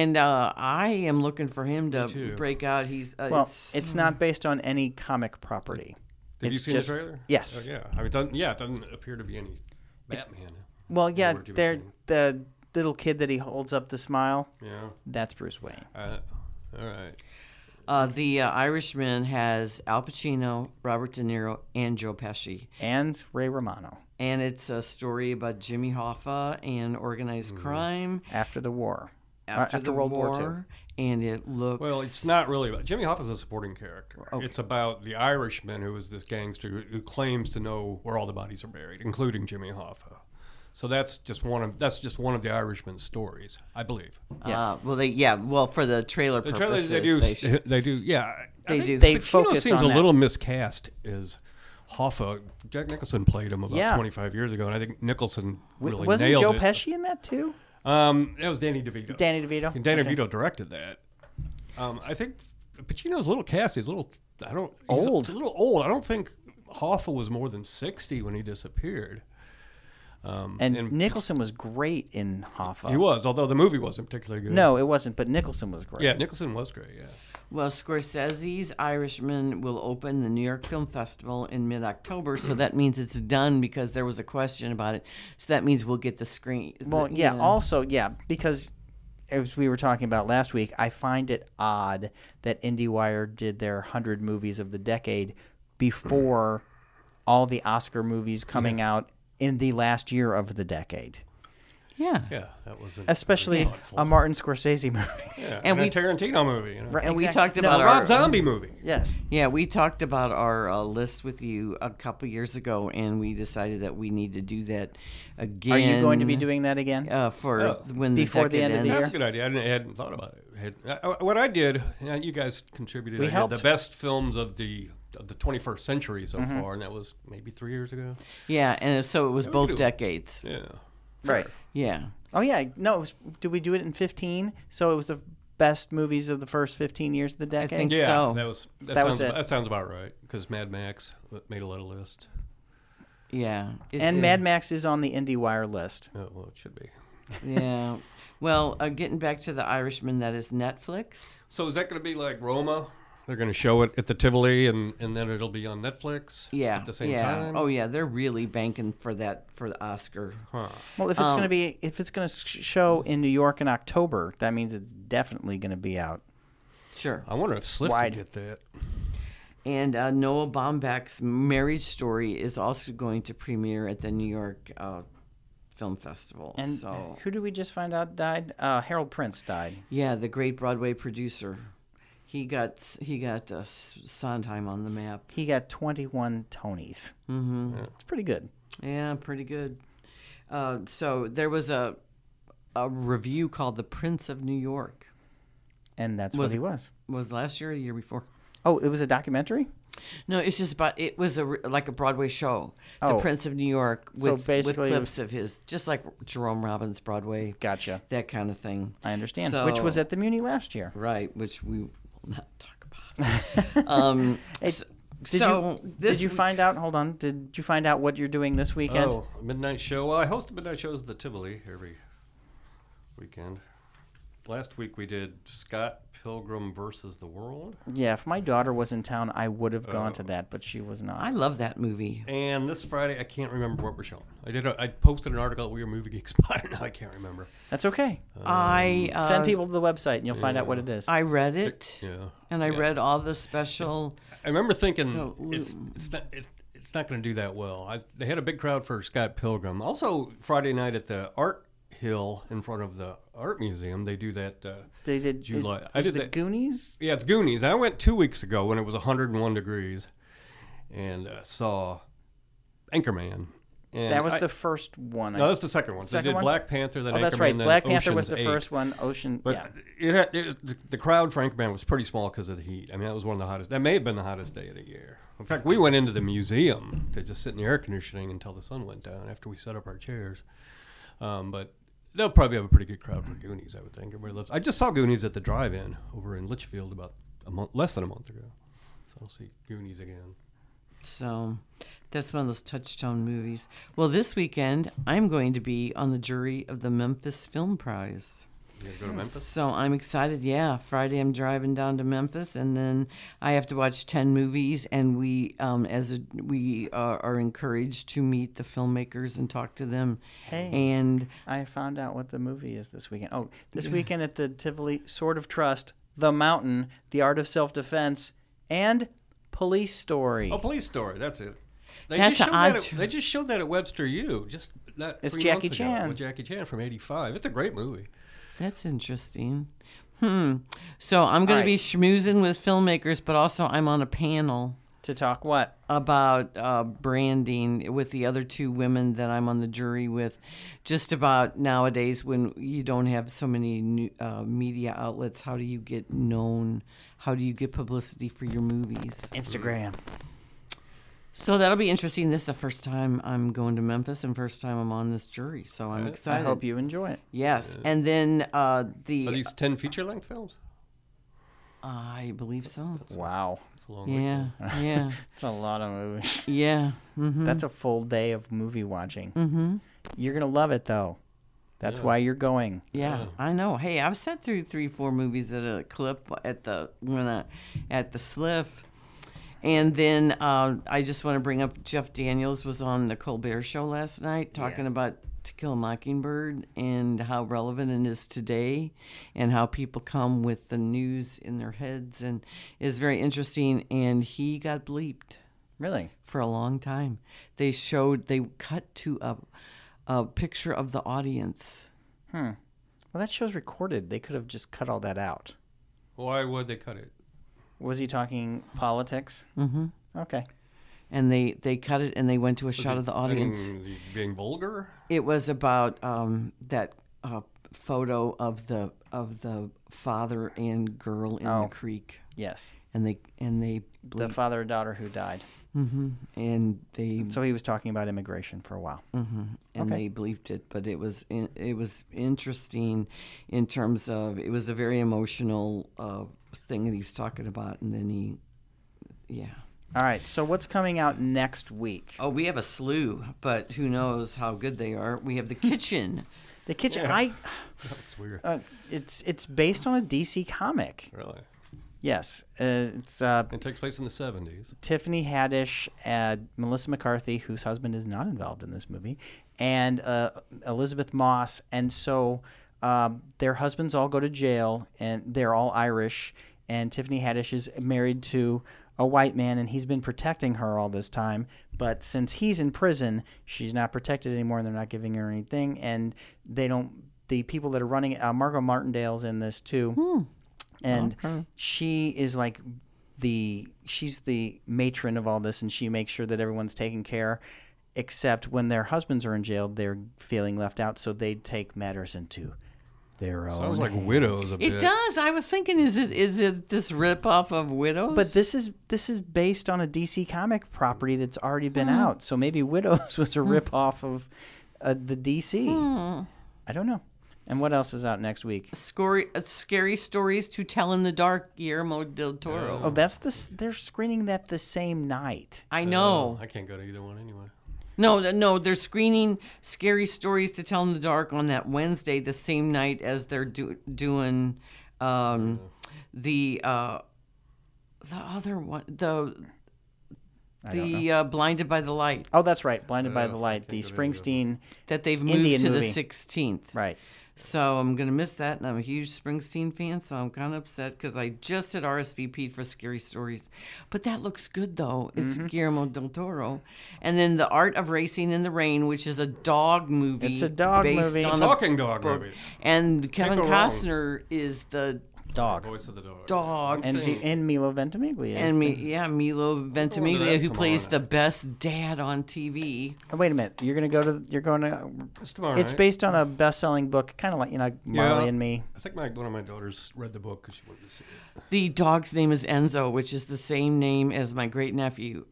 Speaker 1: and uh, I am looking for him to
Speaker 3: too.
Speaker 1: break out. He's uh,
Speaker 2: Well,
Speaker 1: it's-
Speaker 2: it's not based on any comic property.
Speaker 3: Did you
Speaker 2: It's
Speaker 3: see
Speaker 2: just-
Speaker 3: the trailer?
Speaker 2: yes.
Speaker 3: Oh, yeah. I mean, it doesn't, yeah, it doesn't appear to be any Batman.
Speaker 2: Well, yeah,
Speaker 3: were
Speaker 2: they're
Speaker 3: dimensional.
Speaker 2: the little kid that he holds up to smile.
Speaker 3: Yeah.
Speaker 2: That's Bruce Wayne.
Speaker 3: Uh, all right.
Speaker 1: uh, the uh, Irishman has Al Pacino, Robert De Niro, and Joe Pesci,
Speaker 2: and Ray Romano
Speaker 1: and it's a story about Jimmy Hoffa and organized crime
Speaker 2: after the war, Mm-hmm. Uh,
Speaker 1: after, the
Speaker 2: World
Speaker 1: war,
Speaker 2: War II.
Speaker 1: and it looks
Speaker 3: Well, it's not really about Jimmy Hoffa's a supporting character. It's about the Irishman who is this gangster who, who claims to know where all the bodies are buried, including Jimmy Hoffa. So that's just one of that's just one of the Irishman's stories, I believe.
Speaker 2: Yes.
Speaker 1: Uh, well, they yeah. Well, for the trailer
Speaker 3: The trailer
Speaker 1: purposes,
Speaker 3: they do
Speaker 1: they
Speaker 3: they,
Speaker 1: should-
Speaker 3: do yeah. I
Speaker 1: They
Speaker 3: think
Speaker 1: do.
Speaker 2: They
Speaker 3: Pacino
Speaker 2: focus
Speaker 3: seems
Speaker 2: on
Speaker 3: a
Speaker 2: that.
Speaker 3: little miscast as Hoffa. Jack Nicholson played him about
Speaker 2: Yeah.
Speaker 3: 25 years ago, and I think Nicholson
Speaker 2: W-
Speaker 3: really
Speaker 2: Wasn't
Speaker 3: nailed
Speaker 2: Joe
Speaker 3: it.
Speaker 2: Pesci in that too?
Speaker 3: Um, that was Danny DeVito.
Speaker 2: Danny DeVito.
Speaker 3: And Danny
Speaker 2: Okay.
Speaker 3: DeVito directed that. Um, I think Pacino's a little cast. He's a little. I don't. he's a-
Speaker 2: Old.
Speaker 3: he's A, little old. I don't think Hoffa was more than sixty when he disappeared.
Speaker 2: And, Nicholson was great in Hoffa.
Speaker 3: He was, although the movie wasn't particularly good.
Speaker 2: No, it wasn't, but Nicholson was great.
Speaker 3: Yeah, Nicholson was great. Yeah.
Speaker 1: Well, Scorsese's Irishman will open the New York Film Festival in mid October, so that means it's done because there was a question about it. So that means we'll get the screen.
Speaker 2: Well,
Speaker 1: the-
Speaker 2: yeah.
Speaker 1: you know.
Speaker 2: Also, yeah, because as we were talking about last week, I find it odd that IndieWire did their hundred movies of the decade before all the Oscar movies coming out in the last year of the decade,
Speaker 1: yeah.
Speaker 3: Yeah, that was. A,
Speaker 2: especially a Martin Scorsese movie.
Speaker 3: yeah,
Speaker 1: and
Speaker 3: and,
Speaker 1: we-
Speaker 3: a Tarantino movie. You know?
Speaker 1: And we
Speaker 2: Exact-
Speaker 1: talked
Speaker 2: no,
Speaker 1: about
Speaker 3: A
Speaker 1: our
Speaker 3: Rob Zombie movie.
Speaker 2: Yes.
Speaker 1: yeah we talked about our uh, list with you a couple years ago, and we decided that we need to do that again.
Speaker 2: Are you going to be doing that again?
Speaker 1: uh, for
Speaker 3: Oh.
Speaker 1: when the
Speaker 2: Before the
Speaker 1: decade
Speaker 2: end of the
Speaker 1: ends.
Speaker 3: That's a good idea. I, didn't, I hadn't thought about it. I had- I- I- what I did, and you guys contributed.
Speaker 2: We
Speaker 3: I did
Speaker 2: helped. Mm-hmm.
Speaker 3: the best films of the of the 21st century so far, and that was maybe three years ago.
Speaker 1: Yeah, and so it was
Speaker 3: we
Speaker 1: both
Speaker 3: could do-
Speaker 1: decades.
Speaker 3: Yeah.
Speaker 2: right.
Speaker 1: Yeah.
Speaker 2: Oh yeah. No. It was, did we do it in fifteen? So it was the best movies of the first fifteen years of the decade.
Speaker 1: think-
Speaker 3: Yeah,
Speaker 1: So-
Speaker 3: that was that,
Speaker 2: That
Speaker 3: sounds,
Speaker 2: was it.
Speaker 3: that sounds about right because Mad Max made a lot of list.
Speaker 1: Yeah. It
Speaker 2: and
Speaker 1: did.
Speaker 2: Mad Max is on the IndieWire list.
Speaker 3: Oh, well, it should be.
Speaker 1: Yeah. Well, uh, getting back to the Irishman, that is Netflix.
Speaker 3: So is that going to be like Roma? They're going to show it at the Tivoli, and and then it'll be on Netflix.
Speaker 1: Yeah.
Speaker 3: at the same
Speaker 1: yeah.
Speaker 3: time.
Speaker 1: Oh yeah, they're really banking for that for the Oscar.
Speaker 3: Huh.
Speaker 2: Well, if it's
Speaker 1: Um,
Speaker 2: going to be if it's going to show in New York in October, that means it's definitely going to be out.
Speaker 1: Sure.
Speaker 3: I wonder if Sliff
Speaker 2: Wide.
Speaker 3: could get that.
Speaker 1: And uh, Noah Baumbach's Marriage Story is also going to premiere at the New York uh, Film Festival.
Speaker 2: And
Speaker 1: so
Speaker 2: who did we just find out died? Uh, Harold Prince died.
Speaker 1: yeah, the great Broadway producer. He got he got uh, S- Sondheim on the map.
Speaker 2: He got 21 Tonys. Mm-hmm. It's pretty good.
Speaker 1: Yeah, pretty good. Uh, so there was a a review called "The Prince of New York."
Speaker 2: And that's what he was.
Speaker 1: Was last year, or the year before?
Speaker 2: Oh, it was a documentary?
Speaker 1: No, it's just about it was a re- like a Broadway show, The
Speaker 2: Oh.
Speaker 1: Prince of New York, with,
Speaker 2: So
Speaker 1: with
Speaker 2: basically-
Speaker 1: clips of his, just like Jerome Robbins Broadway,
Speaker 2: Gotcha.
Speaker 1: that kind of thing.
Speaker 2: I understand. Which was
Speaker 1: So-
Speaker 2: at the Muni last year.
Speaker 1: right, which we will not talk about. um,
Speaker 2: It's- Did
Speaker 1: so
Speaker 2: you
Speaker 1: this
Speaker 2: did you
Speaker 1: w-
Speaker 2: find out? Hold on. Did you find out what you're doing this weekend?
Speaker 3: Oh, midnight show. Well, I host the midnight shows at the Tivoli every weekend. Last week we did Scott Pilgrim versus the World,
Speaker 2: Yeah. If my daughter was in town, I would have gone
Speaker 1: Oh.
Speaker 2: to that, but she was not.
Speaker 1: I love that movie.
Speaker 3: and this Friday I can't remember what we're showing. I did. A, I posted an article at We Are Movie Geeks, but now I can't remember.
Speaker 2: That's okay.
Speaker 1: I uh,
Speaker 2: Send Um, people to the website, and you'll find out what it is.
Speaker 1: I read it,
Speaker 3: Yeah.
Speaker 1: and I read all the special.
Speaker 3: I remember thinking
Speaker 1: No,
Speaker 3: it's, it's not it's, it's not going to do that well. I, they had a big crowd for Scott Pilgrim. Also, Friday night at the Art Hill in front of the Art Museum, they do that. Uh,
Speaker 2: They did. is-
Speaker 3: July. I
Speaker 2: is
Speaker 3: did
Speaker 2: the
Speaker 3: that-
Speaker 2: Goonies.
Speaker 3: yeah, it's Goonies. I went two weeks ago when it was 101 degrees, and uh, saw Anchorman. And
Speaker 2: That was
Speaker 3: I-
Speaker 2: the first one. I
Speaker 3: no, that's the second one.
Speaker 2: Second
Speaker 3: they did
Speaker 2: one?
Speaker 3: Black Panther, then
Speaker 2: oh,
Speaker 3: Anchorman,
Speaker 2: that's right.
Speaker 3: then
Speaker 2: Black Panther was
Speaker 3: Ocean's
Speaker 2: the
Speaker 3: Eight.
Speaker 2: first one. Ocean.
Speaker 3: But
Speaker 2: yeah.
Speaker 3: it, had- it- the- the crowd, Frank Man, was pretty small because of the heat. I mean, that was one of the hottest. That may have been the hottest day of the year. In fact, we went into the museum to just sit in the air conditioning until the sun went down after we set up our chairs. Um, but they'll probably have a pretty good crowd for Goonies, I would think. Everybody loves. I just saw Goonies at the drive-in over in Litchfield about a month, less than a month ago. So I'll see Goonies again.
Speaker 1: So that's one of those touchstone movies. Well, this weekend I'm going to be on the jury of the Memphis Film Prize.
Speaker 3: You gonna go to Memphis?
Speaker 1: So I'm excited. Yeah, Friday I'm driving down to Memphis, and then I have to watch ten movies. And we, um, as a, we uh, are, are encouraged to meet the filmmakers and talk to them.
Speaker 2: Hey.
Speaker 1: And
Speaker 2: I found out what the movie is this weekend. Oh, this weekend at the Tivoli Sword of Trust, The Mountain, The Art of Self Defense, and Police Story.
Speaker 3: Oh, Police Story. That's it. They
Speaker 1: That's
Speaker 3: just
Speaker 1: a
Speaker 3: showed
Speaker 1: odd
Speaker 3: that
Speaker 1: cho-
Speaker 3: at, They just showed that at Webster U. Just that.
Speaker 2: It's
Speaker 3: three
Speaker 2: Jackie
Speaker 3: months ago
Speaker 2: Chan.
Speaker 3: With Jackie Chan from '85. It's a great movie.
Speaker 1: That's interesting. Hmm. So I'm going
Speaker 2: right.
Speaker 1: to be schmoozing with filmmakers, but also I'm on a panel
Speaker 2: To talk what?
Speaker 1: about uh, branding with the other two women that I'm on the jury with. Just about nowadays when you don't have so many new, uh, media outlets, how do you get known? How do you get publicity for your movies?
Speaker 2: Instagram.
Speaker 1: So that'll be interesting. This is the first time I'm going to Memphis and first time I'm on this jury. So I'm
Speaker 2: I
Speaker 1: excited.
Speaker 2: hope you enjoy it.
Speaker 1: Yes. And then uh,
Speaker 3: Are
Speaker 1: the.
Speaker 3: these ten feature-length films?
Speaker 1: I believe so.
Speaker 2: Wow.
Speaker 3: It's a long way.
Speaker 1: Yeah, yeah,
Speaker 2: That's a lot of movies.
Speaker 1: yeah. hmm
Speaker 2: That's a full day of movie watching. Mm-hmm. You're going to love it, though. That's why you're going.
Speaker 1: Yeah, I know. Hey, I've sat through three, four movies at a clip at the when I, at the Sliff, and then uh, I just want to bring up Jeff Daniels was on the Colbert Show last night talking about To Kill a Mockingbird and how relevant it is today, and how people come with the news in their heads, and is very interesting. And he got bleeped.
Speaker 2: Really?
Speaker 1: for a long time. They showed they cut to a, a picture of the audience.
Speaker 2: Well, that show's recorded. They could have just cut all that out.
Speaker 3: Why would they cut it?
Speaker 2: Was he talking politics? Mm
Speaker 1: Mm-hmm.
Speaker 2: hmm. Okay.
Speaker 1: And they, they cut it and they went to a shot of the
Speaker 3: I mean,
Speaker 1: audience.
Speaker 3: being vulgar.
Speaker 1: It was about um, that uh, photo of the of the father and girl in the creek,
Speaker 2: Yes.
Speaker 1: and they and they
Speaker 2: The father and daughter who died.
Speaker 1: hmm and they
Speaker 2: So he was talking about immigration for a while.
Speaker 1: Mm-hmm. and they bleeped it but it was in, it was interesting in terms of it was a very emotional uh, thing that he was talking about and then he yeah
Speaker 2: All right. So what's coming out next week?
Speaker 1: oh we have a slew but who knows how good they are we have the kitchen
Speaker 2: The kitchen. I.
Speaker 3: It's weird.
Speaker 2: Uh, it's it's based on a DC comic.
Speaker 3: really.
Speaker 2: Yes. Uh, it's uh,
Speaker 3: It takes place in the '70s.
Speaker 2: Tiffany Haddish, uh, Melissa McCarthy, whose husband is not involved in this movie, and uh, Elizabeth Moss. And so um, their husbands all go to jail, and they're all Irish. And Tiffany Haddish is married to a white man, and he's been protecting her all this time. But since he's in prison, she's not protected anymore, and they're not giving her anything. And they don't. The people that are running it, uh, Margot Martindale's in this too and she is like the she's the matron of all this and she makes sure that everyone's taken care except when their husbands are in jail they're feeling left out so they take matters into their own
Speaker 3: Sounds like
Speaker 2: hands.
Speaker 3: widows a bit.
Speaker 1: it does i was thinking is it is it this rip off of widows
Speaker 2: but this is this is based on a DC comic property that's already been out so maybe widows was a rip off of uh, the DC I don't know and what else is out next week
Speaker 1: Scary, uh, scary stories to tell in the dark, Guillermo del Toro.
Speaker 2: oh that's this they're screening that the same night
Speaker 1: I know.
Speaker 3: Uh, I can't go to either one anyway.
Speaker 1: No, th- no, they're screening scary stories to tell in the dark on that Wednesday, the same night as they're do- doing um,
Speaker 2: Oh.
Speaker 1: the uh, the other one, the the uh, blinded by the light
Speaker 3: Uh,
Speaker 2: Oh, that's right. Blinded by the Light, the Springsteen.
Speaker 1: that they've moved
Speaker 2: Indian
Speaker 1: to
Speaker 2: movie.
Speaker 1: the 16th.
Speaker 2: Right.
Speaker 1: So I'm gonna miss that, and I'm a huge Springsteen fan, so I'm kind of upset because I just had RSVP'd for Scary Stories, but that looks good though. It's
Speaker 2: Mm-hmm.
Speaker 1: Guillermo del Toro, and then The Art of Racing in the Rain, which is a dog movie.
Speaker 2: It's a dog
Speaker 1: based
Speaker 2: movie.
Speaker 1: on a
Speaker 3: Talking dog
Speaker 1: book.
Speaker 3: movie.
Speaker 1: and Kevin
Speaker 3: go wrong.
Speaker 1: Costner is the
Speaker 2: Dog.
Speaker 3: Voice of the dog.
Speaker 1: dog,
Speaker 2: And, the, and Milo Ventimiglia. is
Speaker 1: and me, yeah, Milo Ventimiglia,
Speaker 3: that
Speaker 1: who
Speaker 3: tomorrow
Speaker 1: plays
Speaker 3: night.
Speaker 1: the best dad on TV.
Speaker 2: the- Oh, wait a minute. You're gonna go to. You're going to.
Speaker 3: It's tomorrow.
Speaker 2: It's
Speaker 3: night.
Speaker 2: based on a best-selling book, kind of like you know Marley and Me.
Speaker 3: I think my one of my daughters read the book because she wanted to see it.
Speaker 1: The dog's name is Enzo, which is the same name as my great nephew.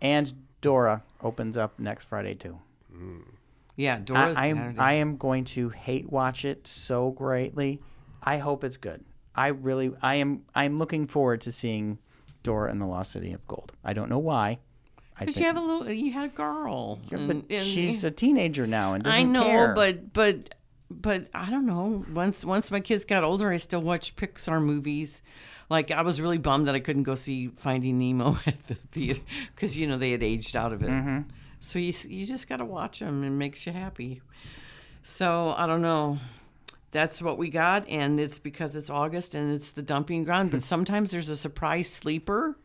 Speaker 2: And Dora opens up next Friday too.
Speaker 1: Yeah, Doris.
Speaker 2: I, I'm I am going to hate watch it so greatly. I hope it's good. I really I am I'm looking forward to seeing Dora and the Lost City of Gold. I don't know why. I
Speaker 1: Because you have a little, you had a girl.
Speaker 2: but she's a teenager now and doesn't
Speaker 1: I know,
Speaker 2: care.
Speaker 1: but but but I don't know. Once once my kids got older, I still watched Pixar movies. Like I was really bummed that I couldn't go see Finding Nemo at the theater because you know they had aged out of it.
Speaker 2: Mm-hmm.
Speaker 1: So you s- you just gotta watch them and it makes you happy. So I don't know. That's what we got, and it's because it's August and it's the dumping ground. But sometimes there's a surprise sleeper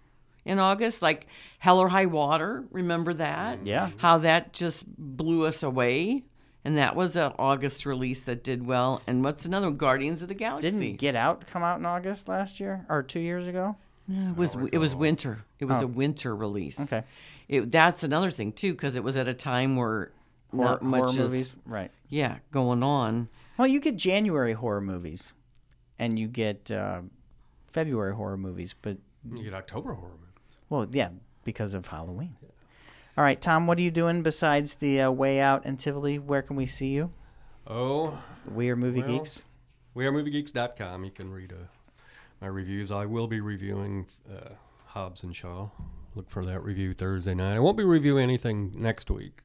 Speaker 1: in August, like Hell or High Water. Remember that?
Speaker 2: Yeah.
Speaker 1: How that just blew us away. And that was an August release that did well. And what's another one? Guardians of the Galaxy.
Speaker 2: didn't Get Out come out in August last year or 2 years ago?
Speaker 1: No, it was it was winter. It was a winter release.
Speaker 2: Oh, Okay.
Speaker 1: It, that's another thing too, because it was at a time where not
Speaker 2: Horror-
Speaker 1: much
Speaker 2: horror
Speaker 1: is
Speaker 2: movies, right.
Speaker 1: yeah going on.
Speaker 2: Well, you get January horror movies and you get uh, February horror movies, but
Speaker 3: You get October horror movie.
Speaker 2: Well, yeah, because of Halloween. All right, Tom, what are you doing besides the uh, way out in Tivoli? Where can we see you?
Speaker 3: Oh,
Speaker 2: We are movie
Speaker 3: Well-
Speaker 2: geeks.
Speaker 3: we are moviegeeks.com. You can read uh, my reviews. I will be reviewing uh, Hobbs and Shaw. Look for that review Thursday night. I won't be reviewing anything next week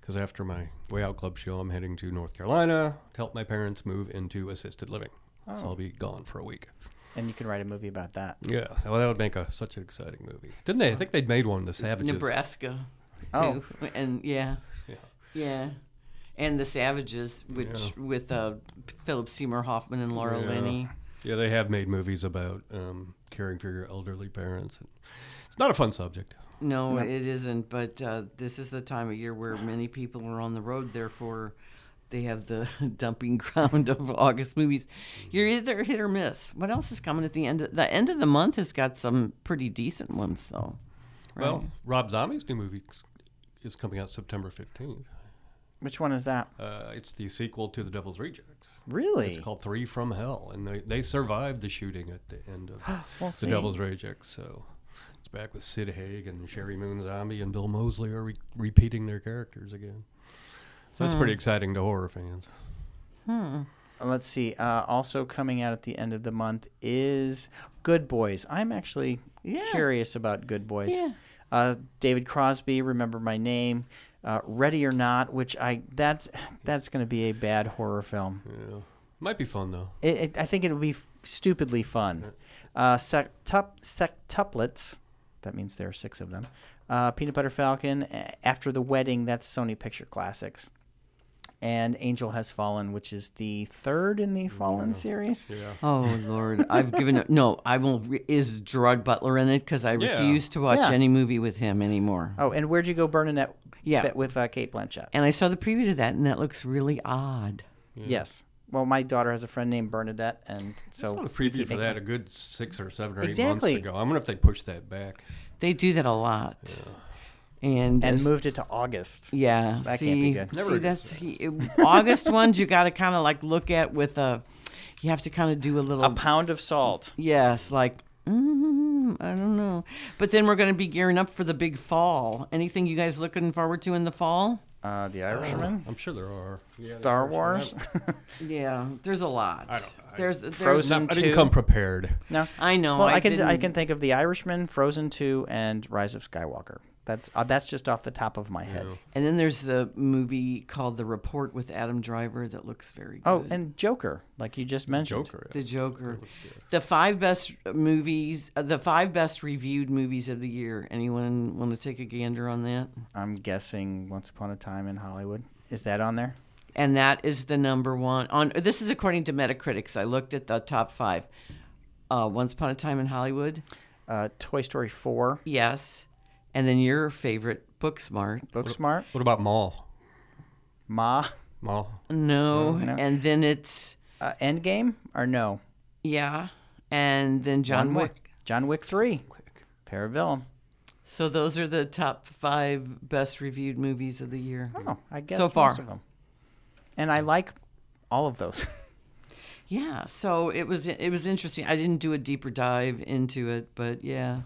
Speaker 3: because after my Way Out Club show, I'm heading to North Carolina to help my parents move into assisted living. So
Speaker 1: Oh.
Speaker 3: I'll be gone for a week.
Speaker 2: And you can write a movie about that.
Speaker 3: Yeah, well, that would make a, such an exciting movie, didn't they? I think they'd made one, The Savages.
Speaker 1: Nebraska.
Speaker 2: Oh.
Speaker 1: Too. And yeah.
Speaker 3: Yeah.
Speaker 1: Yeah. And the Savages, which with uh, Philip Seymour Hoffman and Laura
Speaker 3: Yeah.
Speaker 1: Linney.
Speaker 3: Yeah, they have made movies about um, caring for your elderly parents. It's not a fun subject.
Speaker 1: No, it isn't. But uh, this is the time of year where many people are on the road. Therefore, they have the dumping ground of August movies. You're either hit or miss. What else is coming at the end? Of, the end of the month has got some pretty decent ones, though.
Speaker 3: Well, Rob Zombie's new movie s- is coming out September 15th.
Speaker 2: Which one is that?
Speaker 3: Uh, it's the sequel to The Devil's Rejects.
Speaker 2: Really?
Speaker 3: It's called Three from Hell, and they, they survived the shooting at the end of
Speaker 2: We'll
Speaker 3: The
Speaker 2: see.
Speaker 3: Devil's Rejects. So it's back with Sid Haig and Sherry Moon Zombie and Bill Mosley are re- repeating their characters again.
Speaker 2: Hmm.
Speaker 3: So that's pretty exciting to horror fans.
Speaker 2: Let's see. Uh, also coming out at the end of the month is Good Boys. I'm actually
Speaker 1: Yeah.
Speaker 2: curious about Good Boys.
Speaker 1: Yeah.
Speaker 2: Uh, David Crosby, Remember My Name, uh, Ready or Not, which I that's that's going to be a bad horror film.
Speaker 3: Yeah. Might be fun, though.
Speaker 2: It, it, I think it would be f- stupidly fun. Uh, sectup, sectuplets, that means there are six of them. Uh, Peanut Butter Falcon, A- After the Wedding, that's Sony Picture Classics. And Angel Has Fallen, which is the third in the Fallen series.
Speaker 3: Yeah.
Speaker 1: Oh Lord, I've given up. No, I won't. Re- is Gerard Butler in it? Because I
Speaker 3: Yeah.
Speaker 1: refuse to watch
Speaker 2: Yeah.
Speaker 1: any movie with him anymore.
Speaker 2: Oh, and Where'd You Go, Bernadette?
Speaker 1: Yeah.
Speaker 2: bit With uh, Kate Blanchett.
Speaker 1: And I saw the preview to that, and that looks really odd.
Speaker 3: Mm-hmm.
Speaker 2: Yes. Well, my daughter has a friend named Bernadette, and
Speaker 3: I saw
Speaker 2: so
Speaker 3: the preview for that a good six or seven or eight
Speaker 2: Exactly.
Speaker 3: months ago. I wonder if they pushed that back.
Speaker 1: They do that a lot. And
Speaker 2: and
Speaker 1: it's-
Speaker 2: moved it to August.
Speaker 1: yeah,
Speaker 2: That
Speaker 1: see,
Speaker 2: can't be good.
Speaker 3: Never
Speaker 1: see,
Speaker 3: a good
Speaker 1: that's he, it- August ones. You got to kind of like look at with a. You have to kind of do a little.
Speaker 2: A pound of salt.
Speaker 1: yes, like. Mm, I don't know, but then we're going to be gearing up for the big fall. Anything you guys looking forward to in the fall?
Speaker 2: Uh, the
Speaker 3: Oh.
Speaker 2: Irishman.
Speaker 3: I'm sure there are.
Speaker 2: Star Wars.
Speaker 1: Yeah, there's a lot. I
Speaker 3: don't- I-
Speaker 1: there's there's
Speaker 2: Frozen.
Speaker 3: No, I didn't
Speaker 2: Two.
Speaker 3: come prepared.
Speaker 2: No,
Speaker 1: I know,
Speaker 2: Well, I,
Speaker 1: I
Speaker 2: can I
Speaker 1: didn't-
Speaker 2: can think of The Irishman, Frozen Two, and Rise of Skywalker. That's uh, that's just off the top of my head.
Speaker 1: And then there's a movie called The Report with Adam Driver that looks very good.
Speaker 2: Oh, and Joker, like you just mentioned.
Speaker 3: Joker.
Speaker 1: The Joker. The five best movies, uh, the five best reviewed movies of the year. Anyone want to take a gander on that?
Speaker 2: I'm guessing Once Upon a Time in Hollywood. Is that on there?
Speaker 1: and that is the number one on. This is according to Metacritic. I looked at the top five. Uh, Once Upon a Time in Hollywood,
Speaker 2: Uh, Toy Story 4,
Speaker 1: yes, and then your favorite, Booksmart,
Speaker 2: Booksmart,
Speaker 3: What about Maul?
Speaker 2: Ma,
Speaker 3: Maul.
Speaker 1: no,
Speaker 2: Mm,
Speaker 1: and then it's
Speaker 2: uh, Endgame, or no?
Speaker 1: yeah, and then John
Speaker 2: One more.
Speaker 1: Wick.
Speaker 2: John Wick 3, Parabellum.
Speaker 1: So those are the top five best reviewed movies of the year.
Speaker 2: Oh, I guess
Speaker 1: far.
Speaker 2: most of them. And I like all of those.
Speaker 1: Yeah, so it was it was interesting. I didn't do a deeper dive into it, but yeah,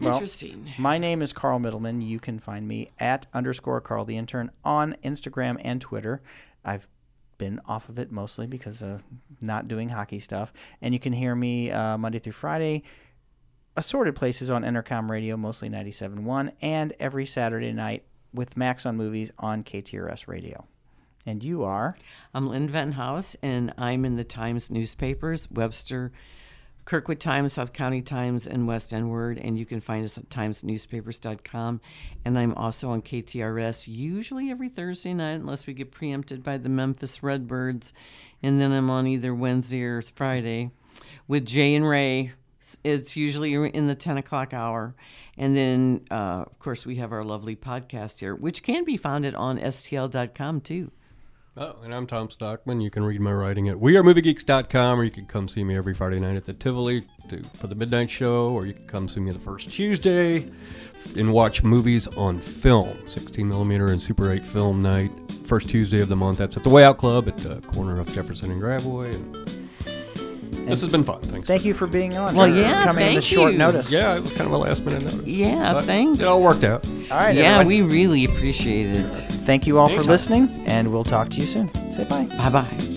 Speaker 2: Well,
Speaker 1: interesting.
Speaker 2: My name is Carl Middleman. You can find me at underscore Carl the intern on Instagram and Twitter. I've been off of it mostly because of not doing hockey stuff. And you can hear me uh, Monday through Friday, assorted places on Intercom Radio, mostly 97.1, and every Saturday night with Max on Movies on KTRS Radio. And you are
Speaker 1: I'm Lynn Van House, and I'm in the Times newspapers, Webster, Kirkwood Times, South County Times, and West End Word. And you can find us at timesnewspapers.com. And I'm also on KTRS, usually every Thursday night, unless we get preempted by the Memphis Redbirds. And then I'm on either Wednesday or Friday with Jay and Ray. It's usually in the 10 o'clock hour. And then, uh, of course, we have our lovely podcast here, which can be found at on stl.com too.
Speaker 3: Oh, and I'm Tom Stockman. You can read my writing at wearemoviegeeks.com, or you can come see me every Friday night at the Tivoli to, for the midnight show, or you can come see me the first Tuesday and watch movies on film, 16 millimeter and Super 8 film night, first Tuesday of the month. That's at the Way Out Club at the corner of Jefferson and Grabway. And this has been fun. Thanks.
Speaker 2: thank you for being on.
Speaker 1: Well,
Speaker 2: for
Speaker 1: yeah,
Speaker 2: coming in
Speaker 1: thank
Speaker 2: this short
Speaker 1: you.
Speaker 2: notice.
Speaker 3: yeah, it was kind of a last minute notice.
Speaker 1: Yeah,
Speaker 3: But
Speaker 1: thanks.
Speaker 3: It all worked out.
Speaker 2: All right.
Speaker 1: yeah,
Speaker 2: everyone.
Speaker 1: we really appreciate it.
Speaker 2: Thank you all for
Speaker 3: Anytime.
Speaker 2: listening, and we'll talk to you soon. Say bye.
Speaker 1: Bye bye.